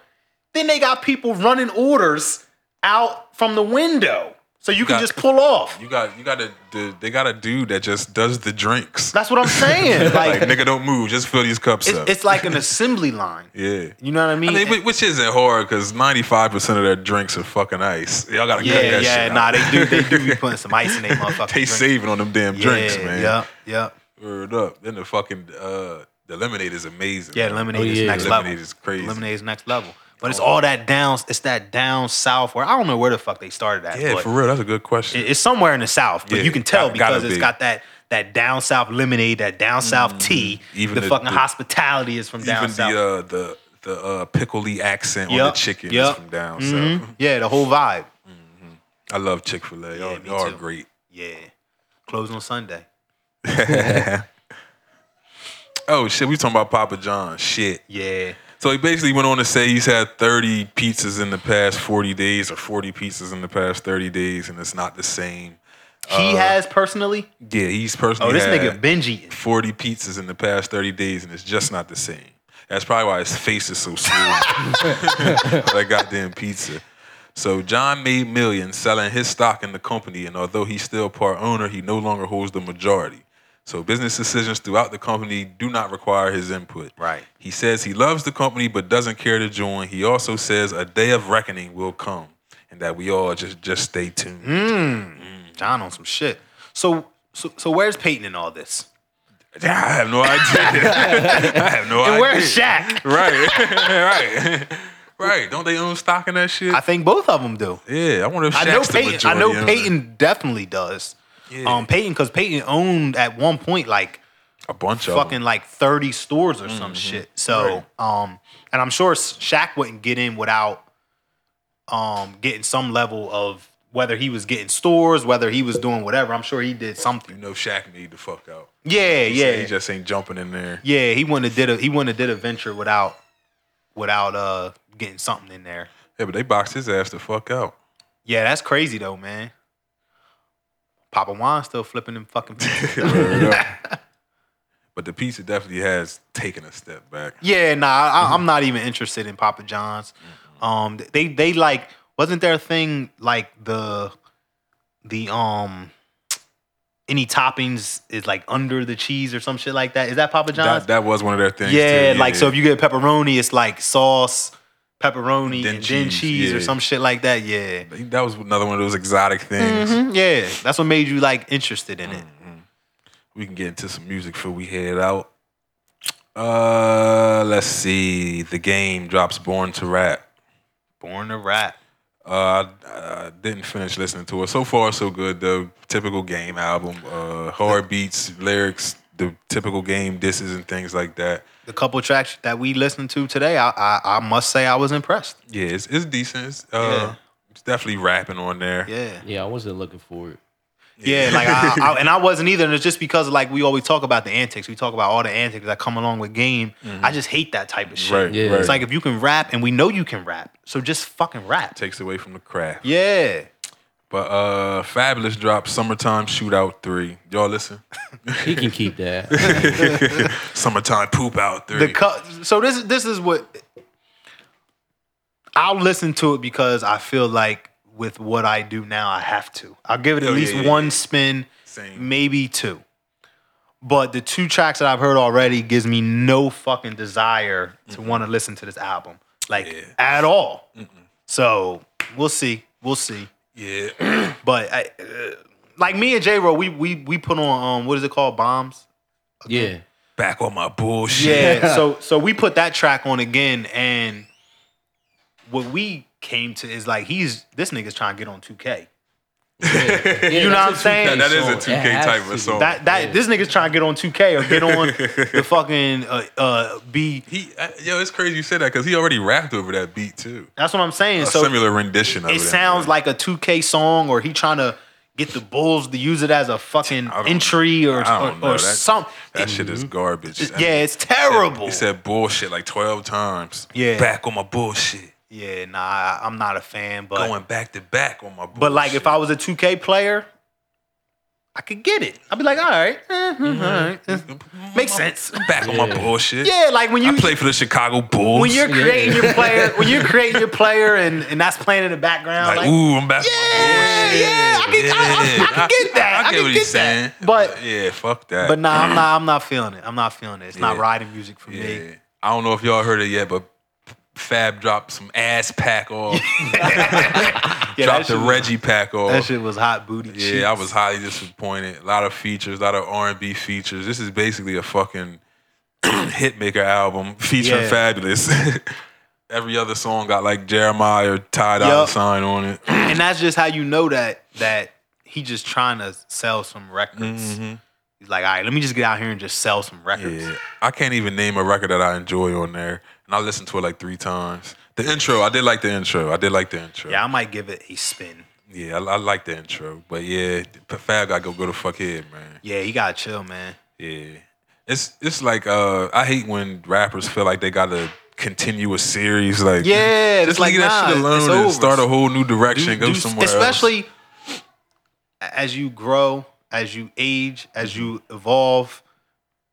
then they got people running orders out from the window. So you can Got- just pull off. You got you got a the, they got a dude that just does the drinks. That's what I'm saying. Like, Like nigga, don't move. Just fill these cups up. it's, it's like an assembly line. yeah. You know what I I mean? mean, whi- which isn't hard because ninety five percent of their drinks are fucking ice. Y'all gotta cut yeah, that yeah, shit. nah, out. they do, they do be putting some ice in their motherfucking they drink. saving on them damn yeah, drinks, man. Yep, yep. Word up. Then the fucking uh, the lemonade is amazing. Yeah, man. lemonade Oh, is yeah. next lemonade level. is crazy. Oh, Lemonade is next level. But it's all that down. It's that down south where I don't know where the fuck they started at. Yeah, but for real. That's a good question. it- It's somewhere in the south, but Yeah, you can tell got- gotta because it's be. Mm, got that that down south lemonade, that down south tea. Even the, the- fucking the- hospitality is from down Even south. the uh, the the uh, pickly accent on Yup, the chicken is yup. from down Mhm. south. Yeah, the whole vibe. I love Chick Fil A. Y'all, me y'all are too. great. Yeah, closed on Sunday. Oh shit, we talking about Papa John. Shit. Yeah. So he basically went on to say he's had 30 pizzas in the past 40 days, or 40 pizzas in the past 30 days, and it's not the same. Uh, He has personally. Yeah, he's personally. Oh, this had nigga binge eating. 40 pizzas in the past 30 days, and it's just not the same. That's probably why his face is so smooth. that goddamn pizza. So John made millions selling his stock in the company, and although he's still part owner, he no longer holds the majority. So business decisions throughout the company do not require his input. Right. He says he loves the company but doesn't care to join. He also says a day of reckoning will come, and that we all just just stay tuned. Hmm? John on some shit. So so so where's Peyton in all this? I have no idea. I have no idea. And where's Shaq? Right, right, right. Don't they own stock in that shit? I think both of them do. yeah, I wonder if Shaq's I know the Peyton. I majority know owner. Peyton definitely does. Yeah. Um, Peyton because Peyton owned at one point like A bunch of fucking them. like thirty stores or some shit. So um, and I'm sure Shaq wouldn't get in without um getting some level of whether he was getting stores, whether he was doing whatever. I'm sure he did something. You know, Shaq made the fuck out. Yeah, He said yeah. he just ain't jumping in there. Yeah, he wouldn't have did a he wouldn't have did a venture without without uh getting something in there. Yeah, but they boxed his ass the fuck out. Yeah, that's crazy though, man. Papa Juan's still flipping them fucking Word pizzas. up. but the pizza definitely has taken a step back. yeah, nah, I, I'm not even interested in Papa John's. Um, they they like wasn't there a thing like the the um any toppings is like under the cheese or some shit like that? Is that Papa John's? That, that was one of their things. yeah, too. like so if you get pepperoni, it's like sauce, pepperoni, Then and then cheese, cheese or yeah. some shit like that. Yeah. that was another one of those exotic things. Mhm, Yeah, that's what made you like interested in it. We can get into some music before we head out. Uh, let's see. The game drops Born to Rap. Born to rap. Uh, I, I didn't finish listening to it. So far, so good. The typical game album, uh, hard beats, lyrics, the typical game disses and things like that. The couple tracks that we listened to today, I I, I must say I was impressed. Yeah, it's, it's decent. It's, uh, Yeah. it's definitely rapping on there. Yeah. Yeah, I wasn't looking for it. Yeah, like I, I and I wasn't either. And it's just because like we always talk about the antics. We talk about all the antics that come along with game. I just hate that type of shit. Right, Yeah. right. It's like if you can rap and we know you can rap, so just fucking rap. takes away from the craft. Yeah. But uh, Fabulous dropped Summertime Shootout 3. Y'all listen? He can keep that. Summertime Poop Out 3. The co- so this this is what I'll listen to it because I feel like with what I do now, I have to. I'll give it Oh, at yeah, least yeah, one yeah. spin, Same. maybe two. But the two tracks that I've heard already gives me no fucking desire to want to listen to this album, like Yeah. at all. So we'll see, we'll see. Yeah. But I, uh, like me and J. Ro, we we we put on um what is it called bombs? Yeah. Back on my bullshit. Yeah. so so we put that track on again, and what we came to is like he's this nigga's trying to get on 2K. Yeah, You know what that's a I'm saying? 2K That- that is a song. 2K It has type of to be. song. That that this nigga's trying to get on 2K or get on the fucking uh, uh B. He, uh, yo, it's crazy you said that because he already rapped over that beat too. That's what I'm saying. Uh, A so similar rendition of it. it sounds like a 2K song, or he trying to get the Bulls to use it as a fucking I don't- entry or I or, don't know. or That- something. that shit is garbage. Mm-hmm. yeah, it's terrible. He said bullshit like twelve times. Yeah. back on my bullshit. yeah, nah, I- I'm not a fan, but Going back to back on my bullshit. But like, if I was a 2K player, I could get it. I'd be like, all right, eh, mhm, all right. Mm-hmm. eh. makes sense. back on my Yeah. bullshit. Yeah, like when you I play for the Chicago Bulls. when you're creating your player, when you're creating your player, and and that's playing in the background, like, like. ooh, I'm back. yeah, yeah, I can, I, I, I can get that. I, get can what get he's saying, that. But yeah, fuck that. but nah, I'm not. I'm not feeling it. I'm not feeling it. It's not Yeah. riding music for me. yeah. I don't know if y'all heard it yet, but Fab dropped some ass pack off. Yeah, dropped that the shit was- Reggie pack off. That shit was hot booty. Yeah, cheeks. I was highly disappointed. A lot of features, a lot of R and B features. This is basically a fucking hitmaker album featuring Yeah. Fabulous. Every other song got like Jeremiah or Ty Dolla Yup. Sign on it. and that's just how you know that that he just trying to sell some records. He's like, all right, let me just get out here and just sell some records. Mm-hmm. yeah, I can't even name a record that I enjoy on there, and I listened to it like three times. The intro, I did like the intro. I did like the intro. Yeah, I might give it a spin. yeah, I, I like the intro. But yeah, Fab got to go go to fuck head, man. Yeah, he gotta chill, man. Yeah. It's it's like uh I hate when rappers feel like they gotta continue a series like Yeah, it's just like, leave that shit nah, alone it's and over. start a whole new direction Do- go do- somewhere else. especially as you grow, as you age, as you evolve,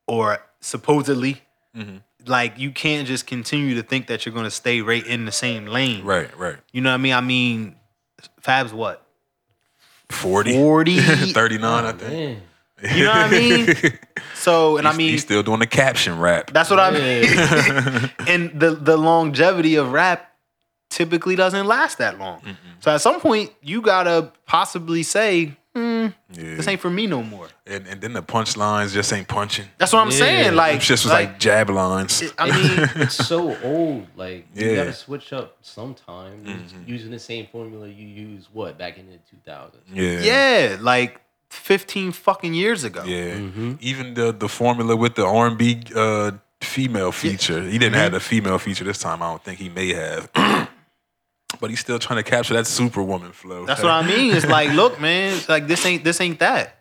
or supposedly, Mm-hmm. like you can't just continue to think that you're gonna stay right in the same lane. right right You know what I mean? I mean, Fab's what 40 40? 39 I think Man. You know what I mean? So, and I mean, he's still doing the caption rap that's what I mean. Yeah. and the the longevity of rap typically doesn't last that long. So at some point, you gotta possibly say, "Hmm, yeah. "This ain't for me no more." and, and then the punchlines just ain't punching That's what I'm Yeah. saying. Like, Them shits was like, jab lines I mean, it's so old. Like Yeah. Mm-hmm. you gotta switch up sometime. You're just Using the same formula you used what back in the two thousands. yeah yeah, like 15 fucking years ago. Yeah. Even the the formula with the R and B uh, female feature. He didn't Mm-hmm. have the female feature this time. I don't think he may have. but he's still trying to capture that superwoman flow. That's what I mean. It's like, look, man, it's like this ain't this ain't that.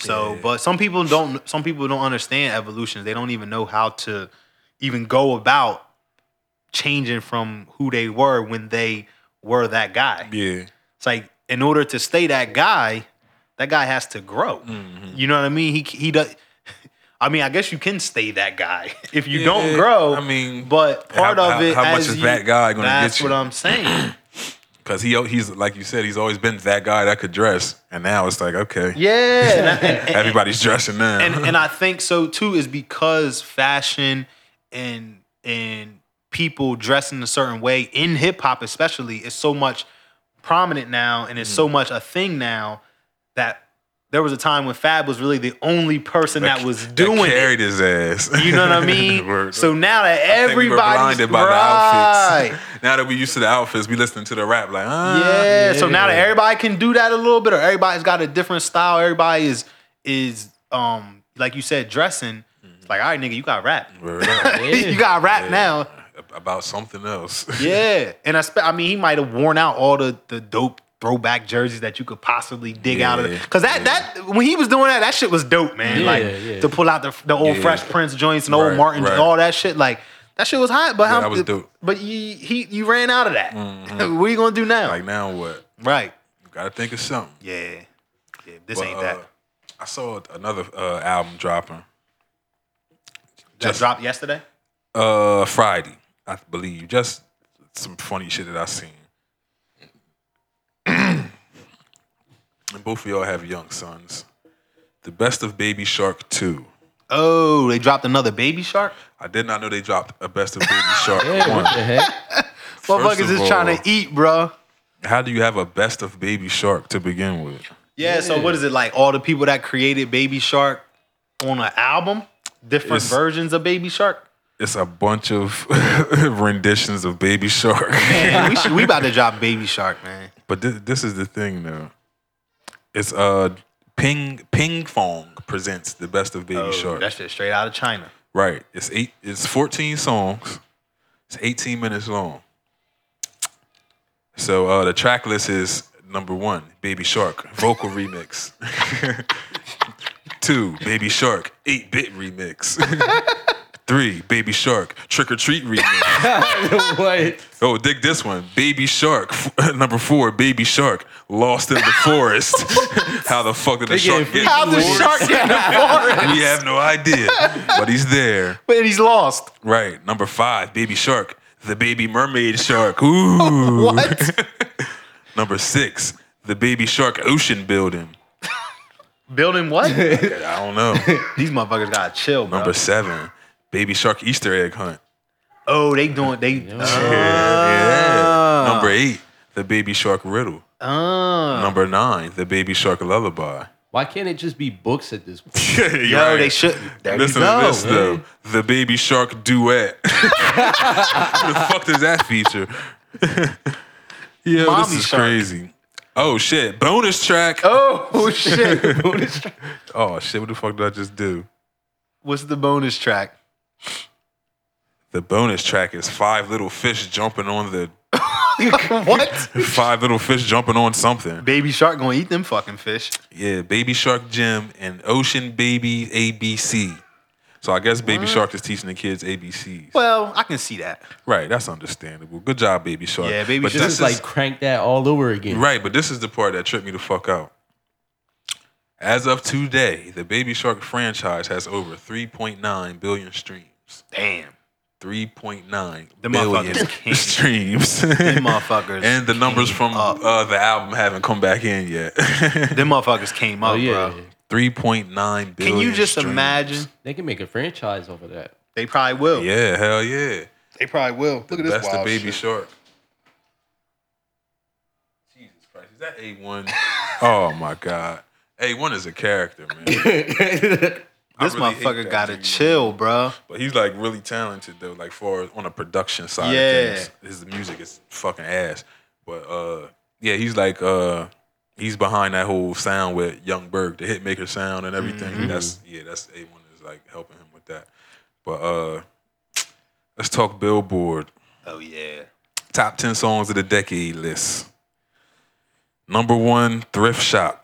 So, Yeah. but some people don't. Some people don't understand evolution. They don't even know how to even go about changing from who they were when they were that guy. Yeah. It's like in order to stay that guy, That guy has to grow. Mm-hmm. You know what I mean? He he does. I mean, I guess you can stay that guy if you don't Yeah, grow. I mean, but part how- of how- it, how much as is you- that guy gonna That's get you? what I'm saying. Because he he's like you said, he's always been that guy that could dress, and now it's like okay, Yeah, and, I- and- and- everybody's dressing now. and and I think so too is because fashion and and people dressing a certain way in hip hop especially is so much prominent now and it's so Mm. much a thing now that there was a time when Fab was really the only person that, was doing it. carried his ass. You know what I mean? Word. so now I that think we were everybody's blinded by right. the outfits. Now that we used to the outfits, we listening to the rap like ah. Yeah. So now that Yeah. everybody can do that a little bit, or everybody's got a different style, everybody is is um like you said dressing. Mm-hmm. It's like all right, nigga, you got rap. Word up. you got rap Yeah. now. About something else. Yeah, and I spe- I mean he might have worn out all the the dope throwback jerseys that you could possibly dig out of Yeah, because that that when he was doing that that shit was dope man Yeah, like yeah. to pull out the the old Yeah. Fresh Prince joints and old Right, Martin right. and all that shit like that shit was hot but how that was dope. Mm-hmm. but you he you ran out of that what are you gonna do now Like now what? right You gotta think of something. Yeah. Yeah, this But, ain't that. uh, I saw another uh, album dropping That just- dropped yesterday? uh, Friday, I believe. Just some funny shit that I seen. and both of y'all have young sons. The best of Baby Shark two. Oh, they dropped another baby shark? I did not know they dropped a best of Baby Shark Yeah, one. what the heck? First Motherfuckers of is trying to eat, bro. How do you have a best of Baby Shark to begin with? Yeah, so what is it like? All the people that created Baby Shark on an album? Different It's- versions of Baby Shark? It's a bunch of renditions of Baby Shark. Man, we, should, we about to drop Baby Shark, man. But this, this is the thing though. It's uh Ping Ping Fong presents the best of Baby Oh, Shark. That shit straight out of China. Right. It's eight it's 14 songs. It's 18 minutes long. So uh the track list is number one, Baby Shark, vocal remix. Two, Baby Shark, 8-bit remix. Three, Baby Shark, Trick or Treat remix. what? Oh, dig this one. Baby Shark. F- number four, Baby Shark. Lost in the forest. How the fuck did the getting shark get in How the the forest? shark get in the forest? We have no idea. But he's there. But he's lost. Right. Number five, Baby Shark. The Baby Mermaid Shark. Ooh. What? Number six, The Baby Shark Ocean Building. Building what? These I don't know. motherfuckers gotta chill, bro. Number seven, Baby Shark Easter Egg Hunt. Oh, they doing they Yeah. Number eight, The Baby Shark Riddle. uh, Number nine, The Baby Shark Lullaby. Why can't it just be books at this point? Yo, Yo, they shouldn't. There Listen you go. to this though. The baby shark duet. Who the fuck does that feature? Yo, Mommy this is shark. crazy. Oh shit! Bonus track. Oh. Oh shit! shit! What the fuck did I just do? What's the bonus track? The bonus track is five little fish jumping on the what? five little fish jumping on something. Baby shark gonna eat them fucking fish. Yeah, Baby Shark Jim and Ocean Baby ABC. So I guess Baby Shark is teaching the kids ABCs. Well, I can see that. Right, that's understandable. Good job, Baby Shark. Yeah, Baby But Shark this Just like crank that all over again. Right, but this is the part that tripped me the fuck out. As of today, the Baby Shark franchise has over 3.9 billion streams. Damn. 3.9 The billion motherfuckers king. streams. Them motherfuckers. and the numbers from up. uh, the album haven't come back in yet. them motherfuckers came up, Oh yeah, bro. yeah. 3.9 billion. Can you just streams. imagine? they can make a franchise over that. They probably will. Yeah, hell yeah. They probably will. The Look at this best wild of Baby shit. Shark. Jesus Christ, is that A1? oh my God. A1 is a character, man. I This really hate motherfucker that gotta dude. chill, bro. But he's like really talented though, like for on a production side Yeah. of things. His music is fucking ass. But uh yeah, he's like uh he's behind that whole sound with Young Berg, the hitmaker sound and everything. That's yeah, that's A1 is like helping him with that. But uh let's talk Billboard. Oh yeah. Top ten songs of the decade list. Number one, Thrift Shop.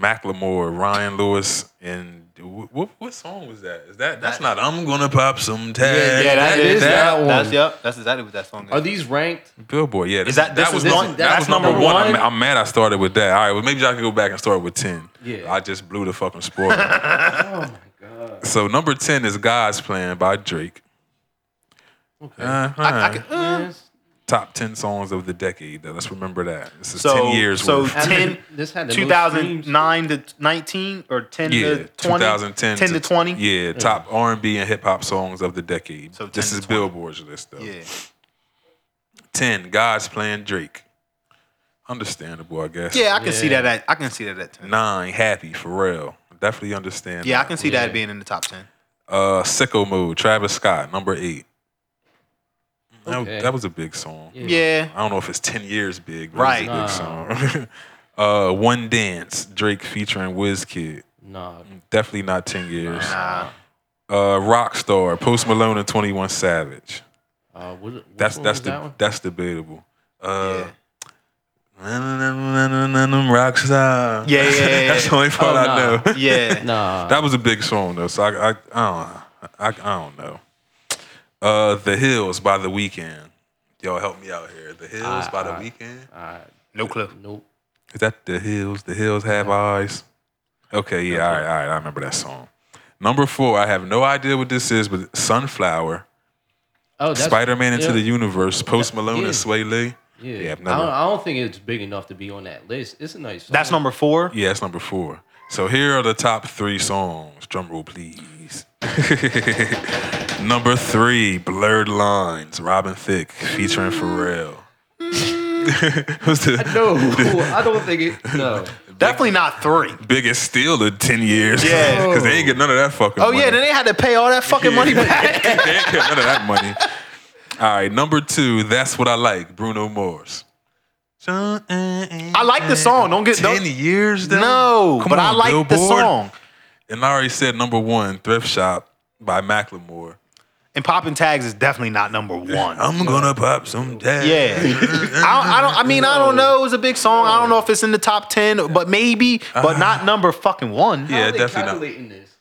Macklemore, Ryan Lewis, and What, what, what song was that? Is that that's not I'm gonna pop some tags. Yeah, yeah, that is that one. That's yep. That's exactly what that song is. Are these ranked? Billboard. Yeah, Is that- this was is- this num- is- that that's was number, number one? I'm, one? I'm mad I started with that. All right, well maybe I could go back and start with ten. Yeah. I just blew the fucking spoiler. Oh my god. so number ten is God's Plan by Drake. Okay. Uh, I, I, could- uh, Yes. top ten songs of the decade. though. Let's remember that. This is So- ten years so worth. I mean, 10, This had the most streams. 2009 to 19 or 10 Yeah, to 20, 2010 10 to 20. Yeah, top R and B and hip hop songs of the decade. So this 10 to is 20. Billboard's list though. Yeah. Ten, God's Plan Drake. Understandable, I guess. Yeah, I can see Yeah. that at I can see that at 10. Nine, Happy, Pharrell. Definitely understand. Yeah, I that. can see Yeah. that being in the top 10. Uh, Sicko Mode, Travis Scott, number eight. That, Okay. that was a big song. Yeah. Yeah. I don't know if it's 10 years big, but it Right. was a big song. uh, One Dance, Drake featuring Wizkid. Nah. Definitely not 10 years. Nah. Uh, Rockstar, Post Malone and 21 Savage. Uh, what, which That's one that's was the that one? that's debatable. Uh, Yeah. Rockstar. Yeah, yeah, yeah, yeah. that's the only part Oh, I nah. know. Yeah. Nah. That was a big song though, so I I, I don't I, I don't know. Uh, the Hills by the Weekend. Yo, help me out here. The Hills Ah, by the ah. Weekend. Alright, No clue. uh, nope. Is that the Hills? The Hills have eyes. Okay, yeah, all right, all right. I remember that song. Number four, I have no idea what this is, but Sunflower, Oh, that's Spider Man into yeah. the Universe, Post Malone yeah. and Sway Lee. Yeah, Yeah, I, I've don't, never- I don't think it's big enough to be on that list. It's a nice. Song. That's number 4. Yeah, that's number four. So here are the top three songs. Drum roll, please. number three, Blurred Lines, Robin Thicke featuring Pharrell. What's the No, I don't think it. No. Definitely not 3. biggest steal of 10 years? Yeah. Because they ain't get none of that fucking Oh money. yeah, then they had to pay all that fucking money back. they ain't get none of that money. All right, number two, That's What I Like, Bruno Mars. I I like the song. Don't get Ten don't, years though? No, Come but I on, like the Billboard. song. And I already said number one, Thrift Shop by Macklemore. And popping tags is definitely not number one. I'm gonna pop some tags. Yeah, I, don't, I don't. I mean, I don't know. It was a big song. I don't know if it's in the top ten, but maybe, but not number fucking one. Uh-huh. Yeah, How are they definitely not. calculating this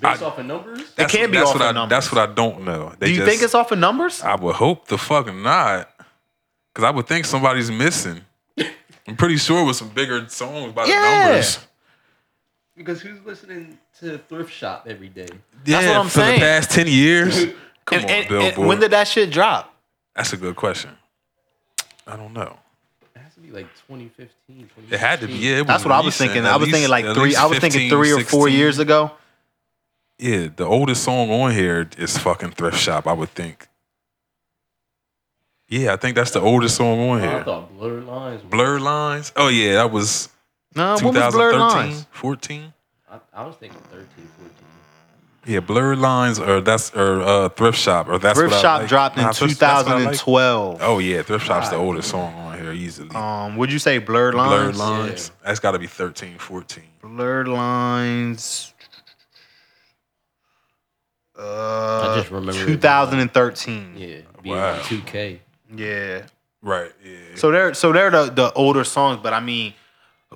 based I- off of numbers? That's- can't be that's off what of I, numbers. That's what I don't know. They Do you just- Ah, think it's off of numbers? I would hope the fucking not, because I would think somebody's missing. I'm pretty sure with some bigger songs by Yeah. the numbers. Because who's listening to thrift shop every day? Yeah, what I'm for saying. the past ten years. Come And- on, and- and Billboard. when did that shit drop? that's a good question. I don't know. It has to be like 2015. 2016. It had to be. Yeah, it That's what I was recent. thinking. At I was least- thinking like at three. least I was 15, thinking three or four 16. years ago. Yeah, the oldest song on here is fucking Thrift Shop, I would think. Yeah, I think that's the oldest song on I here. thought blurred lines. Was, Blur Lines. Oh yeah, that was No, Uh, when was Blurred 2013, Lines? 14. I, I was thinking 13, 14. Yeah, Blur Lines or that's or uh, Thrift Shop or that's Thrift what I Shop Like. dropped in Nah, Thrift- That's What I Like. 2012. Oh yeah, Thrift Shop's the oldest song on here easily. Um, would you say Blurred Blur Lines? Lines. That's got to be 13, 14. Blurred Lines. Uh, I just remember it. 2013. Yeah, being Wow. on 2K. Yeah. Right. Yeah. So they're so they're the, the older songs, but I mean,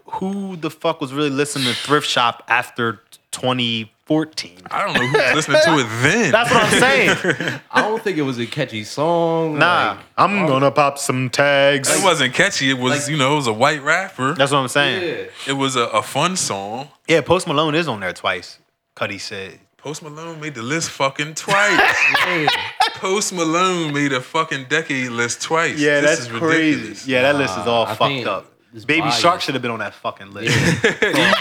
who the fuck was really listening to Thrift Shop after 2014? I don't know who's listening to it then. That's what I'm saying. I don't think it was a catchy song. Nah, like- I'm gonna pop some tags. It wasn't catchy. It was Like- you know it was a white rapper. That's what I'm saying. yeah. It was a, a fun song. Yeah. Post Malone is on there twice. Cuddy said. Post Malone made the list fucking twice. yeah. Post Malone made a fucking decade list twice. Yeah, This that's is crazy. ridiculous. Yeah, that list is all Nah, I fucked think up. it's Baby biased. Shark should have been on that fucking list.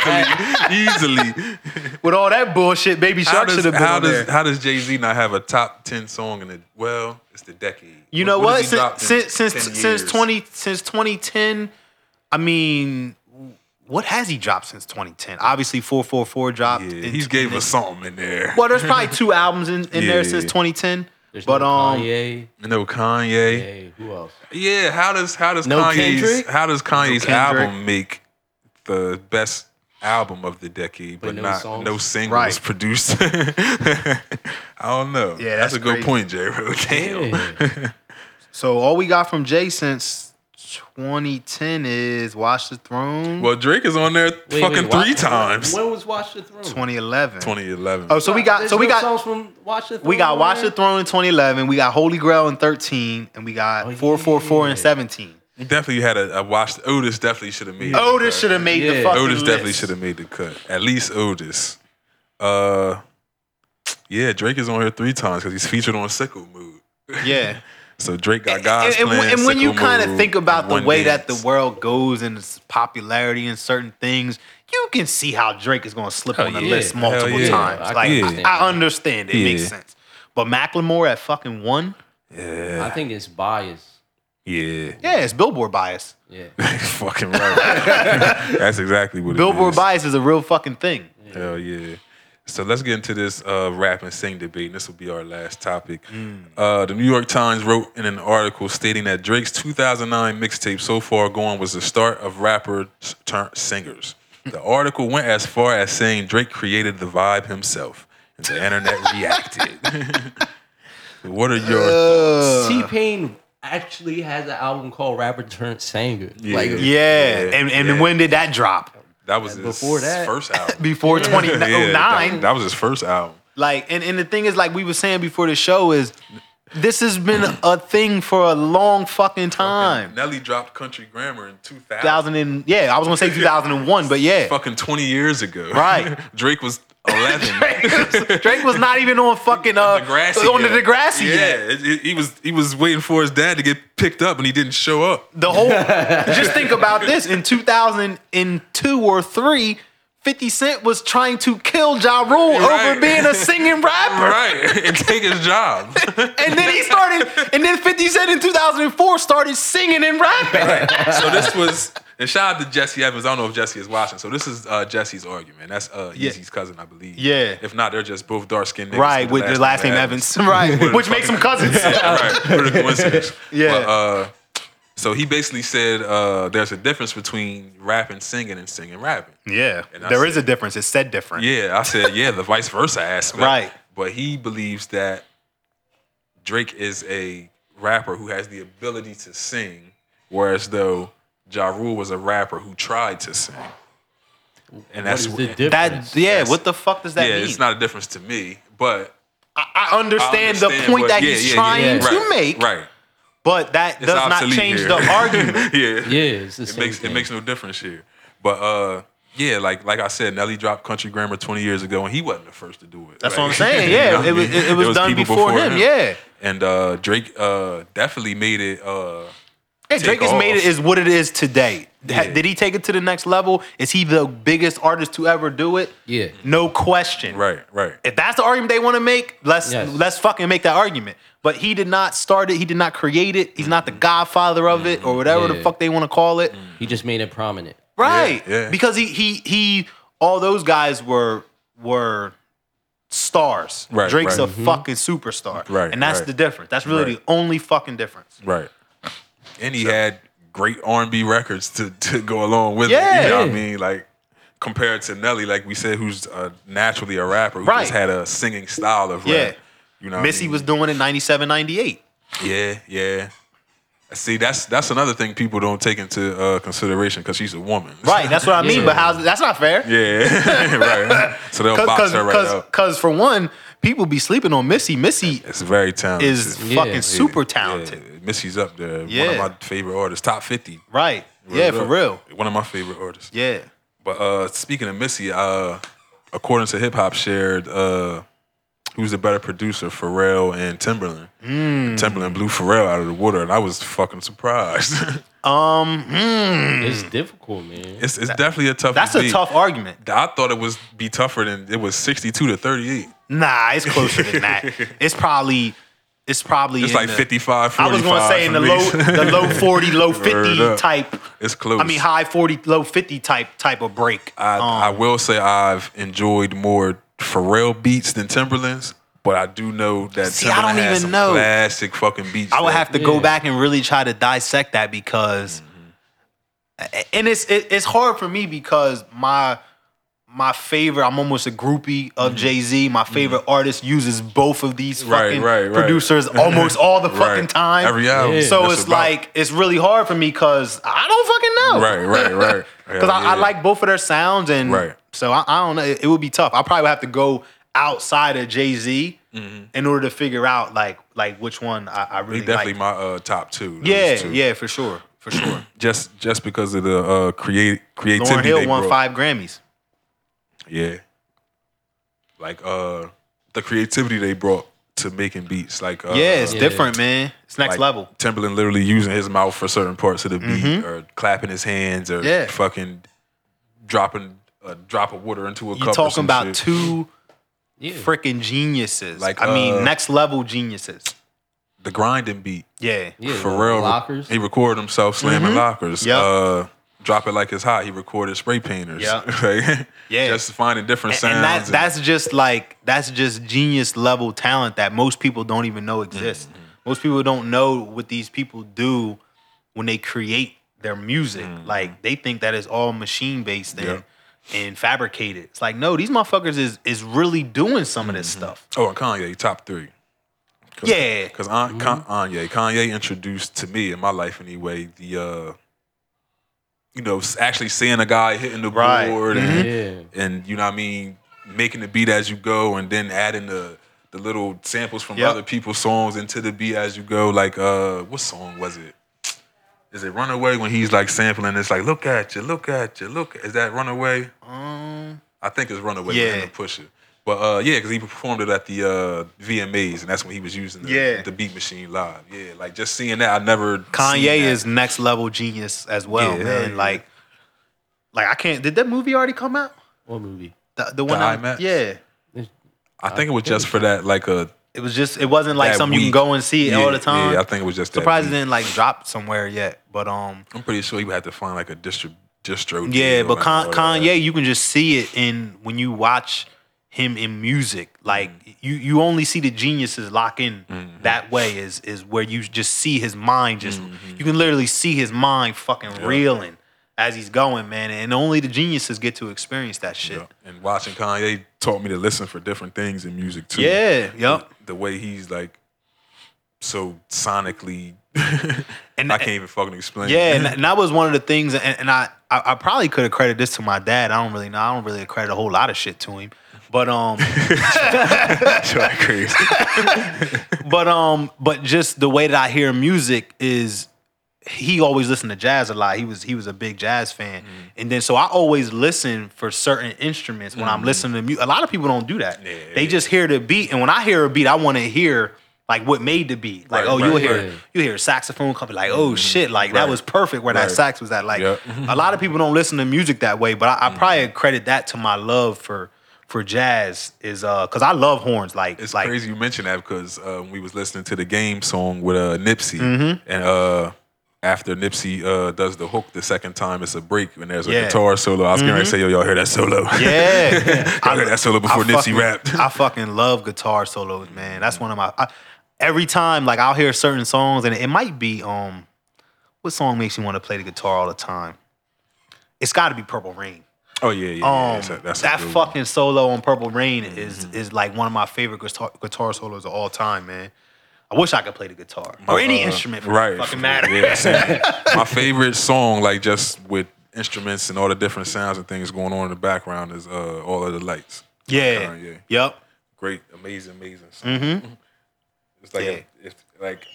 easily, easily. With all that bullshit, Baby How Shark does should have been how on there. does, how does Jay Z not have a top ten song in the well? It's the decade. You know what what? has he dropped Since in since since, 10 since years? twenty since twenty ten, I mean, what has he dropped since twenty ten? Obviously, four four four dropped. Yeah, in- he gave us something in there. Well, there's probably two albums in, in Yeah. there since twenty ten. There's But no um, Kanye. No Kanye. Hey, who else? Yeah. How does how does No Kanye's Kendrick? how does Kanye's No Kendrick. album make the best album of the decade, but, But no not songs? no singles Right. produced? I don't know. Yeah, that's a good crazy. point, J. Ro. Damn. Yeah. so all we got from Jay since 2010 is Watch the Throne. Well, Drake is on there Wait, fucking wait, three Watch- times. When was Watch the Throne? 2011. 2011. Oh, so we got There's so we no got songs from Watch the Throne. we got on Watch the there? Throne in 2011. We got Holy Grail in 13, and we Oh, got 444 in yeah. 17. You definitely had a, a watch. Otis definitely should have made. the cut. Otis should have made Yeah. the fucking Otis definitely list. should have made the cut. At least Otis. Uh, yeah, Drake is on here three times because he's featured on Sickle Mood. Yeah. So Drake got And- God's and, plan. and when you kind of think about the way that world. the world goes and its popularity and certain things, you can see how Drake is going to slip Hell on the yeah. list multiple Hell yeah. times. I like can I, understand that. I understand, it makes Yeah. sense. But Macklemore at fucking one, I Yeah. think it's biased. Yeah. yeah, it's Billboard bias. Yeah. Fucking right. That's exactly what it Billboard is. bias is a real fucking thing. Hell yeah. So let's get into this uh, rap and sing debate. This will be our last topic. Hmm. Uh, the New York Times wrote in an article stating that Drake's 2009 mixtape, So Far Gone, was the start of rappers turned singers. The article went as far as saying Drake created the vibe himself, and the internet reacted. what are your Uh, T Pain actually has an album called Rapper Turned Singer. Like Yeah, Yeah. and and Yeah. when did that drop? That was his Before that- first album. Before Yeah, 2009. that, that was his first album. Like, and, and the thing is, like we were saying before the show, is this has been a thing for a long fucking time. Nelly dropped Country Grammar in 2000. 2000 and yeah, I was gonna say 2001, but yeah, Fucking 20 years ago. Right. Drake was 11. Drake was not even on fucking uh Degrassi on the yet. Degrassi Yeah, yet. it- it- he was he was waiting for his dad to get picked up and he didn't show up. The whole just think about this in 2002 or three. 50 Cent was trying to kill Ja Rule Right. over being a singing rapper. Right. and take his job. And then he started, and then 50 Cent in 2004 started singing and rapping. so this was and shout out to Jesse Evans. I don't know if Jesse is watching. So this is uh, Jesse's argument. That's uh, Yeah. Yeezy's cousin, I believe. Yeah. If not, they're just both dark skinned niggas. Right, with the last name Evans. Right, which makes them cousins. right. What a coincidence. Yeah. But, uh, so he basically said uh, there's a difference between rapping, singing, and singing, rapping. Yeah, And I there is said- a difference. It's said different. Yeah, I said, yeah, the vice versa aspect. Right. But he believes that Drake is a rapper who has the ability to sing, whereas though Ja Rule was a rapper who tried to sing. And what that's is the That difference? yeah, Yes. what the fuck does that yeah, mean? it's not a difference to me, but I, I I understand, the understand point what- that yeah, he's yeah, yeah, trying yeah. to Right, make, Right. but that It's does not obsolete change here. the argument. yeah. yeah, it's the It same makes thing. it makes no difference here. But uh yeah, like like I said, Nelly dropped Country Grammar 20 years ago and he wasn't the first to do it. That's Like, what I'm saying. you Yeah, know what I it, was, mean? it, it There was done people before, him. Yeah, And uh, Drake uh, definitely made it. Uh, yeah Drake has off. made it is what it is today. Ha- Yeah. Did he take it to the next level? Is he the biggest artist to ever do it? Yeah. No question. right, right. If that's the argument they want to make, let's Yes. let's fucking make that argument. But he did not start it. He did not create it. He's not the godfather of it or whatever the Mm-hmm. Yeah. Mm. fuck they want to call it. He just made it prominent. Right. Yeah, yeah. Because he he he all those guys were were stars. Right, Drake's right. Mm-hmm. a fucking superstar. Right, And that's right. the difference. That's really Right. the only fucking difference. Right. And he had great R&B records to, to go along with it. Yeah. You know what I mean? Like, compared to Nelly, like we said, who's uh, naturally a rapper, who Right. just had a singing style of rap. Yeah. You know what I Missy mean? was doing it 97, 98. Yeah, yeah. See, that's that's another thing people don't take into uh, consideration because she's a woman. Right. That's what I mean. Yeah. But how's that's not fair. yeah, right. So they'll box Because her right up. for one, people be sleeping on Missy. Missy It's very talented. is Yeah. fucking Yeah. super Yeah, talented. Missy's up there. One Yeah. of my favorite artists. Top 50. Right. yeah, for real. One of my favorite artists. Yeah. But uh, speaking of Missy, uh, according to Hip Hop Shared, uh, who's the better producer, Pharrell and Timberland? Hmm. Timberland blew Pharrell out of the water, and I was fucking surprised. Um, mm, It's difficult, man. it's it's definitely a tough that's a beat. tough argument. I thought it was be tougher than it was 62 to 38. Nah, it's closer than that. It's probably it's probably It's in like the- 55, I was 45 gonna say in for the me. low the low forty, low Word fifty up. type. It's close. I mean high forty, low fifty type type of break. I, I Um, will say I've enjoyed more Pharrell beats than Timberland's, but I do know that See, I Timberland don't has even some know. classic fucking beats. I would that- have to go Yeah. back and really try to dissect that Mm-hmm. because, and it's it, it's hard for me because my my favorite. I'm almost a groupie of Jay Z. My favorite artist uses both of these Right, fucking right, right. producers almost all the Right. fucking time. Every album. Yeah. So That's it's about- like it's really hard for me because I don't fucking Right, know. right, right. Because I, I like both of their sounds and Right. so I, I don't know. It, it would be tough. I probably would have to go outside of Jay Z Mm-hmm. in order to figure out like like which one I, I He really definitely like. my uh, top two. those yeah, two. yeah, for sure, for sure. Just just because of the uh, create creativity Lauren Hill they won brought. five Grammys. Yeah. Like uh, the creativity they brought to making beats. Like uh, yeah, it's yeah. different, man. It's next like level. Mm-hmm. Timberland literally using his mouth for certain parts of the beat, or clapping his hands, or Yeah. fucking dropping a drop of water into a You're cup. or talking some about shit. two Yeah. freaking geniuses. Like Like, I mean, uh, next level geniuses. the grinding beat. Yeah. Mm-hmm. yeah. Pharrell, Lockers. he recorded himself slamming lockers. Yep. Uh, drop it like it's hot. He recorded spray painters. Yep. Like, Yeah. just finding different And- sounds. and that that's just like that's just genius level talent that most people don't even know Mm-hmm. exists. Most people don't know what these people do when they create their music. Mm-hmm. Like they think that is all machine based and, Yeah. and fabricated. It's like no, these motherfuckers is is really doing some of this stuff. oh, and Kanye top three. Cause, Yeah. because Kanye, Kanye introduced to me in my life anyway the, uh, you know, s- actually seeing a guy hitting the Right. board and Yeah. and you know what I mean, making the beat as you go, and then adding the the little samples from Yep. other people's songs into the beat as you go. Like, uh, what song was it? Is it Runaway when he's like sampling? It's like, look at you, look at you, look. Is that Runaway? Um, I think it's Runaway. Yeah. Yeah, Pusher. But uh, yeah, because he performed it at the uh, VMAs, and that's when he was using the, Yeah. the Beat Machine live. Yeah, like just seeing that, I never seen Kanye that. is next level genius as well, Yeah, hell man. yeah. Like, like I can't. Did that movie already come out? What movie? The, the one. that- IMAX? Yeah. I think it was just for that, like a It was just. It wasn't like That something you week. can go and see yeah, all the time. Yeah, I think it was just that Surprised it week. didn't like drop somewhere yet, but um, I'm pretty sure you had to find like a distro distro. yeah. deal But and Con- all that. Kanye, you can just see it in when you watch him in music. Like you, you only see the geniuses lock in that way. Is is where you just see his mind. Just you can literally see his mind fucking reeling as he's going, man. And only the geniuses get to experience that shit. Yeah. And watching Kanye taught me to listen for different things in music too. Yeah, yup. The way he's like so sonically, And- and I can't even fucking explain. Yeah, and, and that was one of the things, and, and I, I I probably could have credited this to my dad. I don't really know. I don't really credit a whole lot of shit to him, but um. That's right, crazy. but um, but just the way that I hear music is he always listened to jazz a lot. He was he was a big jazz fan, Mm-hmm. and then so I always listen for certain instruments when I'm listening to music. A lot of people don't do that. Mm-hmm. Yeah. They just hear the beat, and when I hear a beat, I want to hear like what made the beat. Like Right, oh, you'll right, Mm-hmm. hear right. you hear a saxophone come like oh shit, like that Right. was perfect where Right. that sax was at. Like Yep. Mm-hmm. a lot of people don't listen to music that way, but I, I probably credit that to my love for for jazz is uh because I love horns. Like It's like crazy you mentioned that because uh, we was listening to the game song with uh, Nipsey, Mm-hmm. and uh, after Nipsey uh, does the hook the second time, it's a break and there's a Yeah. Mm-hmm. guitar solo. I was gonna say, yo, y'all hear that solo? Yeah, I heard that solo before Nipsey fucking, rapped. I fucking love guitar solos, man. That's one of my. I, every time, like I'll hear certain songs, and it might be um, what song makes you want to play the guitar all the time? It's got to be Purple Rain. oh yeah, yeah, yeah. Um, That's a- that's a that good one. Mm-hmm. fucking solo on Purple Rain is is like one of my favorite guitar guitar solos of all time, man. I wish I could play the guitar or any Uh, instrument, for right? right? Fucking matter. Yeah, same. My favorite song, like just with instruments and all the different sounds and things going on in the background, is uh, "All of the Lights." Yeah. Kanye. Yep. Great, amazing, amazing. Song. Mm-hmm. It's like a- it's like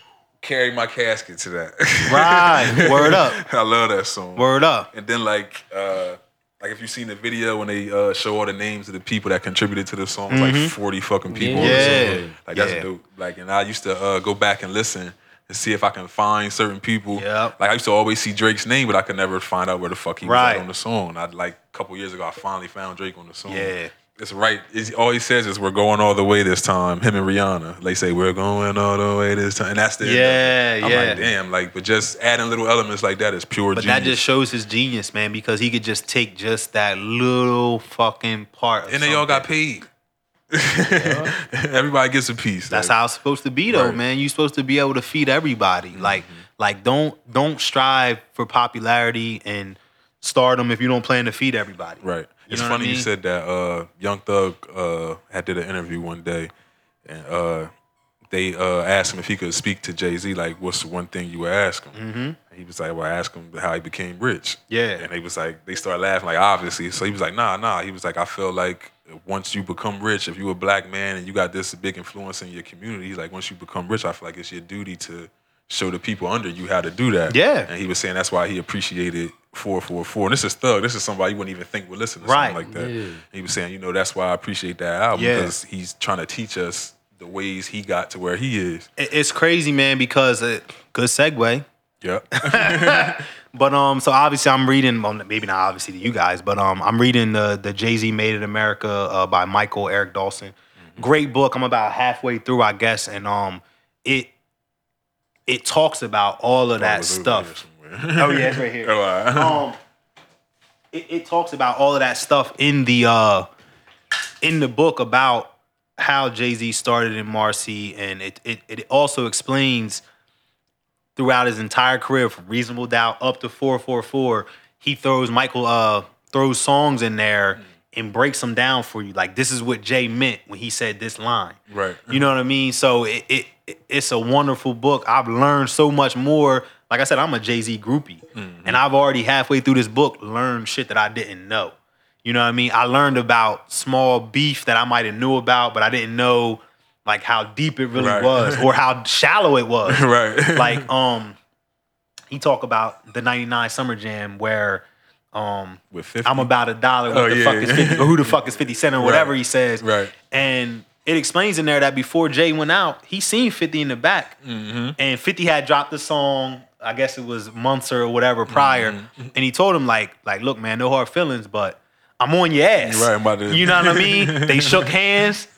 carry my casket to that. Right. Word up. I love that song. Word up. And then like uh, like if you've seen the video when they uh, show all the names of the people that contributed to the song, it's like forty fucking people. on the Mm-hmm. Yeah. song. Like that's Yeah. dope. Like and I used to uh, go back and listen and see if I can find certain people. Yep. Like I used to always see Drake's name, but I could never find out where the fuck he was Right. at on the song. And I like a couple years ago, I finally found Drake on the song. Yeah. It's right. It's, all he says is we're going all the way this time. Him and Rihanna, they say we're going all the way this time, and that's the end of it. Yeah, I'm yeah. Like, Damn, like, but just adding little elements like that is pure. But that just shows his genius, man, because he could just take just that little fucking part. Of and they all got something. paid. Everybody gets a piece. That's like, how it's supposed to be, though, Right. Mm-hmm. man. You're supposed to be able to feed everybody. Like, like don't don't strive for popularity and stardom if you don't plan to feed everybody. Right. You it's know what I funny you mean? said that. Uh, Young Thug uh, had did an interview one day, and uh, they uh, asked him if he could speak to Jay Z. Like, what's the one thing you would ask him? And he was like, "Well, I asked him how he became rich." Mm-hmm. Yeah. And they was like, they started laughing, like obviously. So he was like, "Nah, nah." He was like, "I feel like once you become rich, if you a black man and you got this big influence in your community, he's like, once you become rich, I feel like it's your duty to." Show the people under you how to do that. Yeah. And he was saying that's why he appreciated 444. And this is Thug. This is somebody you wouldn't even think would listen to Right. something like that. Yeah. He was saying, you know, that's why I appreciate that album Yeah. because he's trying to teach us the ways he got to where he is. It- It's crazy, man, because it, good segue. Yeah. But um, so obviously I'm reading, well, maybe not obviously to you guys, but um, I'm reading the the Jay Z Made in America uh, by Michael Eric Dawson. Mm-hmm. Great book. I'm about halfway through, I guess, and um, it it talks about all of that stuff. Oh yeah, it's right here. Oh, all right. um, it, it talks about all of that stuff in the uh, in the book about how Jay Z started in Marcy, and it, it it also explains throughout his entire career, from Reasonable Doubt up to Four Four Four, he throws Michael uh throws songs in there and breaks them down for you. Like this is what Jay meant when he said this line. Right. You know what I mean? So it, it it's a wonderful book. I've learned so much more. Like I said, I'm a Jay Z groupie, and I've already halfway through this book learned shit that I didn't know. You know what I mean? I learned about small beef that I might have knew about, but I didn't know like how deep it really Right. was or how shallow it was right. like um he talk about the 99 summer jam where um with 50. i'm about a dollar what Oh, the yeah. fuck is 50 or who the fuck is 50 cent or whatever he says Right. and it explains in there that before jay went out he seen 50 in the back Mm-hmm. and 50 had dropped the song i guess it was months or whatever prior Mm-hmm. and he told him like like look man no hard feelings but i'm on your ass Right, I'm about to- you know what i mean they shook hands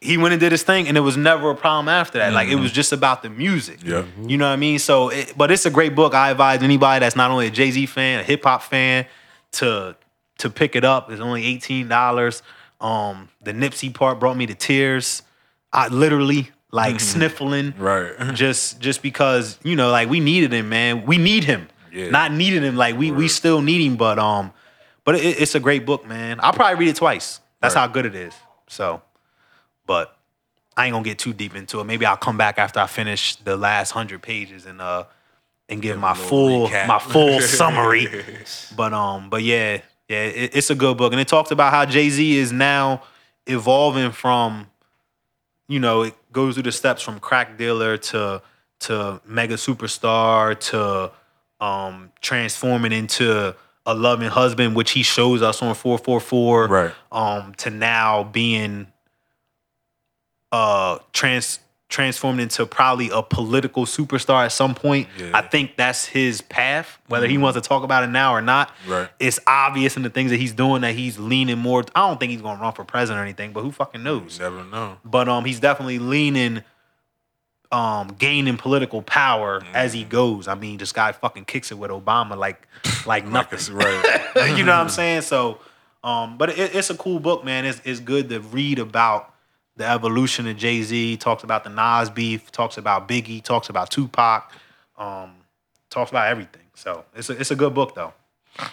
he went and did his thing and it was never a problem after that like it Mm-hmm. was just about the music Yeah. you know what I mean? So, it, but it's a great book. I advise anybody that's not only a Jay Z fan, a hip hop fan, to to pick it up. It's only eighteen dollars. Um, the Nipsey part brought me to tears. I literally like sniffling, Right. just just because you know, like we needed him, man. We need him. Yeah. Not needed him, like we we still need him. But um, but it, it's a great book, man. I'll probably read it twice. That's Right. how good it is. So, but I ain't gonna get too deep into it. Maybe I'll come back after I finish the last hundred pages and uh and give my little full recap. my full summary. But um, but yeah, yeah, it, it's a good book, and it talks about how Jay Z is now evolving from, you know, it goes through the steps from crack dealer to to mega superstar to um transforming into a loving husband, which he shows us on four four four Right. um to now being uh trans transformed into probably a political superstar at some point. Yeah. I think that's his path, whether he wants to talk about it now or not. Right. It's obvious in the things that he's doing that he's leaning more. I don't think he's gonna run for president or anything, but who fucking knows? Never know. But um he's definitely leaning um gaining political power as Mm-hmm. he goes. I mean, this guy fucking kicks it with Obama like like Like nothing. it's right. you know what I'm saying? So, um, but it, it's a cool book, man. It's, it's good to read about the evolution of Jay Z. Talks about the Nas beef. Talks about Biggie. Talks about Tupac. Um, talks about everything. So it's a, it's a good book though. I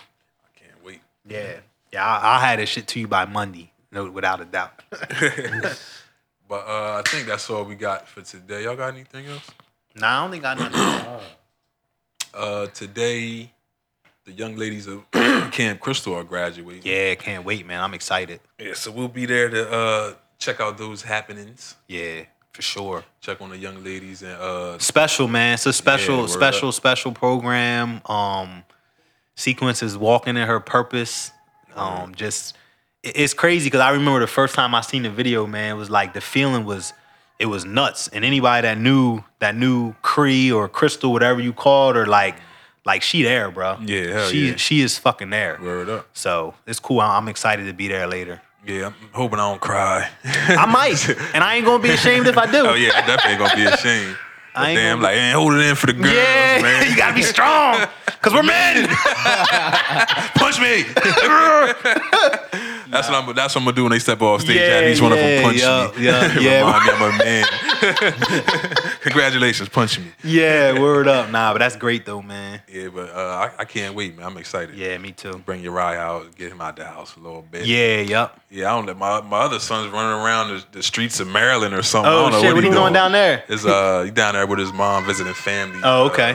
can't wait. Yeah, yeah. I, I had this shit to you by Monday, no, without a doubt. But uh, I think that's all we got for today. Y'all got anything else? nah, I don't think I know. Uh, today, the young ladies of Camp Crystal are graduating. yeah, can't wait, man. I'm excited. Yeah, so we'll be there to uh, check out those happenings. Yeah, for sure. Check on the young ladies and uh, special man it's a special Yeah, word special special program um sequence is walking in her purpose um just it- it's crazy because i remember the first time i seen the video man it was like the feeling was it was nuts and anybody that knew that knew cree or crystal whatever you called her like like she there bro Yeah, hell she yeah. she is fucking there word up. so it's cool I- i'm excited to be there later Yeah, I'm hoping I don't cry. i might and i ain't gonna be ashamed if i do oh yeah, I definitely ain't gonna be ashamed. I But ain't damn, gonna- like, ain't hold it in for the girls, yeah man. you gotta be strong because we're men punch me. That's what I'm. That's what I'm gonna do when they step off stage. Yeah, Have each one of yeah, them punch yeah, me. yeah, yeah. Remind me I'm a man. Congratulations, punch me. Yeah, word up. Nah, but that's great though, man. Yeah, but uh, I, I can't wait, man. I'm excited. Yeah, me too. Bring Uriah out, get him out the house a little bit. Yeah, yup. yeah. I don't let my my other son's running around the, the streets of Maryland or something. I Oh don't know shit, what are you doing doing down there? Is uh he down there with his mom visiting family? Oh, okay.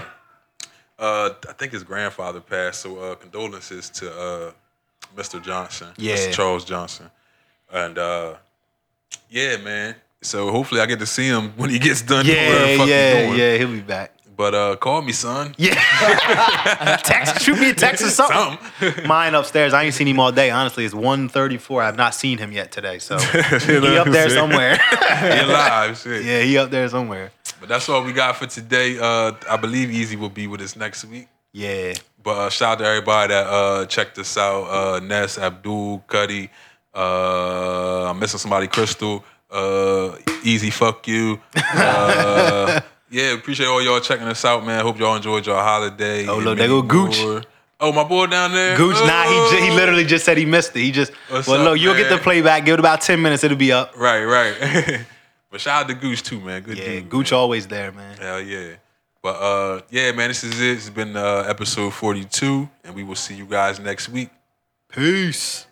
Uh, uh, I think his grandfather passed, so uh, condolences to uh, Mr. Johnson, Yeah. Mr. Charles Johnson, and uh, yeah, man. So hopefully I get to see him when he gets done. doing whatever the Yeah, fuck he yeah, doing. yeah. He'll be back. But uh, call me, son. Yeah. Text, shoot me a text or something. Something. Mine upstairs. I ain't seen him all day. Honestly, it's 1.34. I've not seen him yet today. So You know he what up I'm there saying? somewhere. He alive, shit. yeah, he up there somewhere. But that's all we got for today. Uh, I believe Easy will be with us next week. Yeah. But uh, shout out to everybody that uh, checked us out. Uh, Ness, Abdul, Cuddy. Uh, I'm missing somebody, Crystal. Uh, Easy, fuck you. Uh, yeah, appreciate all y'all checking us out, man. Hope y'all enjoyed your holiday. Oh, and look, there many go Gooch. more. Oh, my boy down there. Gooch, nah, he, ju- he Oh. literally just said he missed it. He just, What's well, up, look, you'll get man? the playback. Give it about 10 minutes. It'll be up. Right, right. but shout out to Gooch, too, man. Good Yeah, dude. Gooch always there, man. Hell yeah. But uh, yeah, man, this is it. It's been uh, episode 42, and we will see you guys next week. Peace.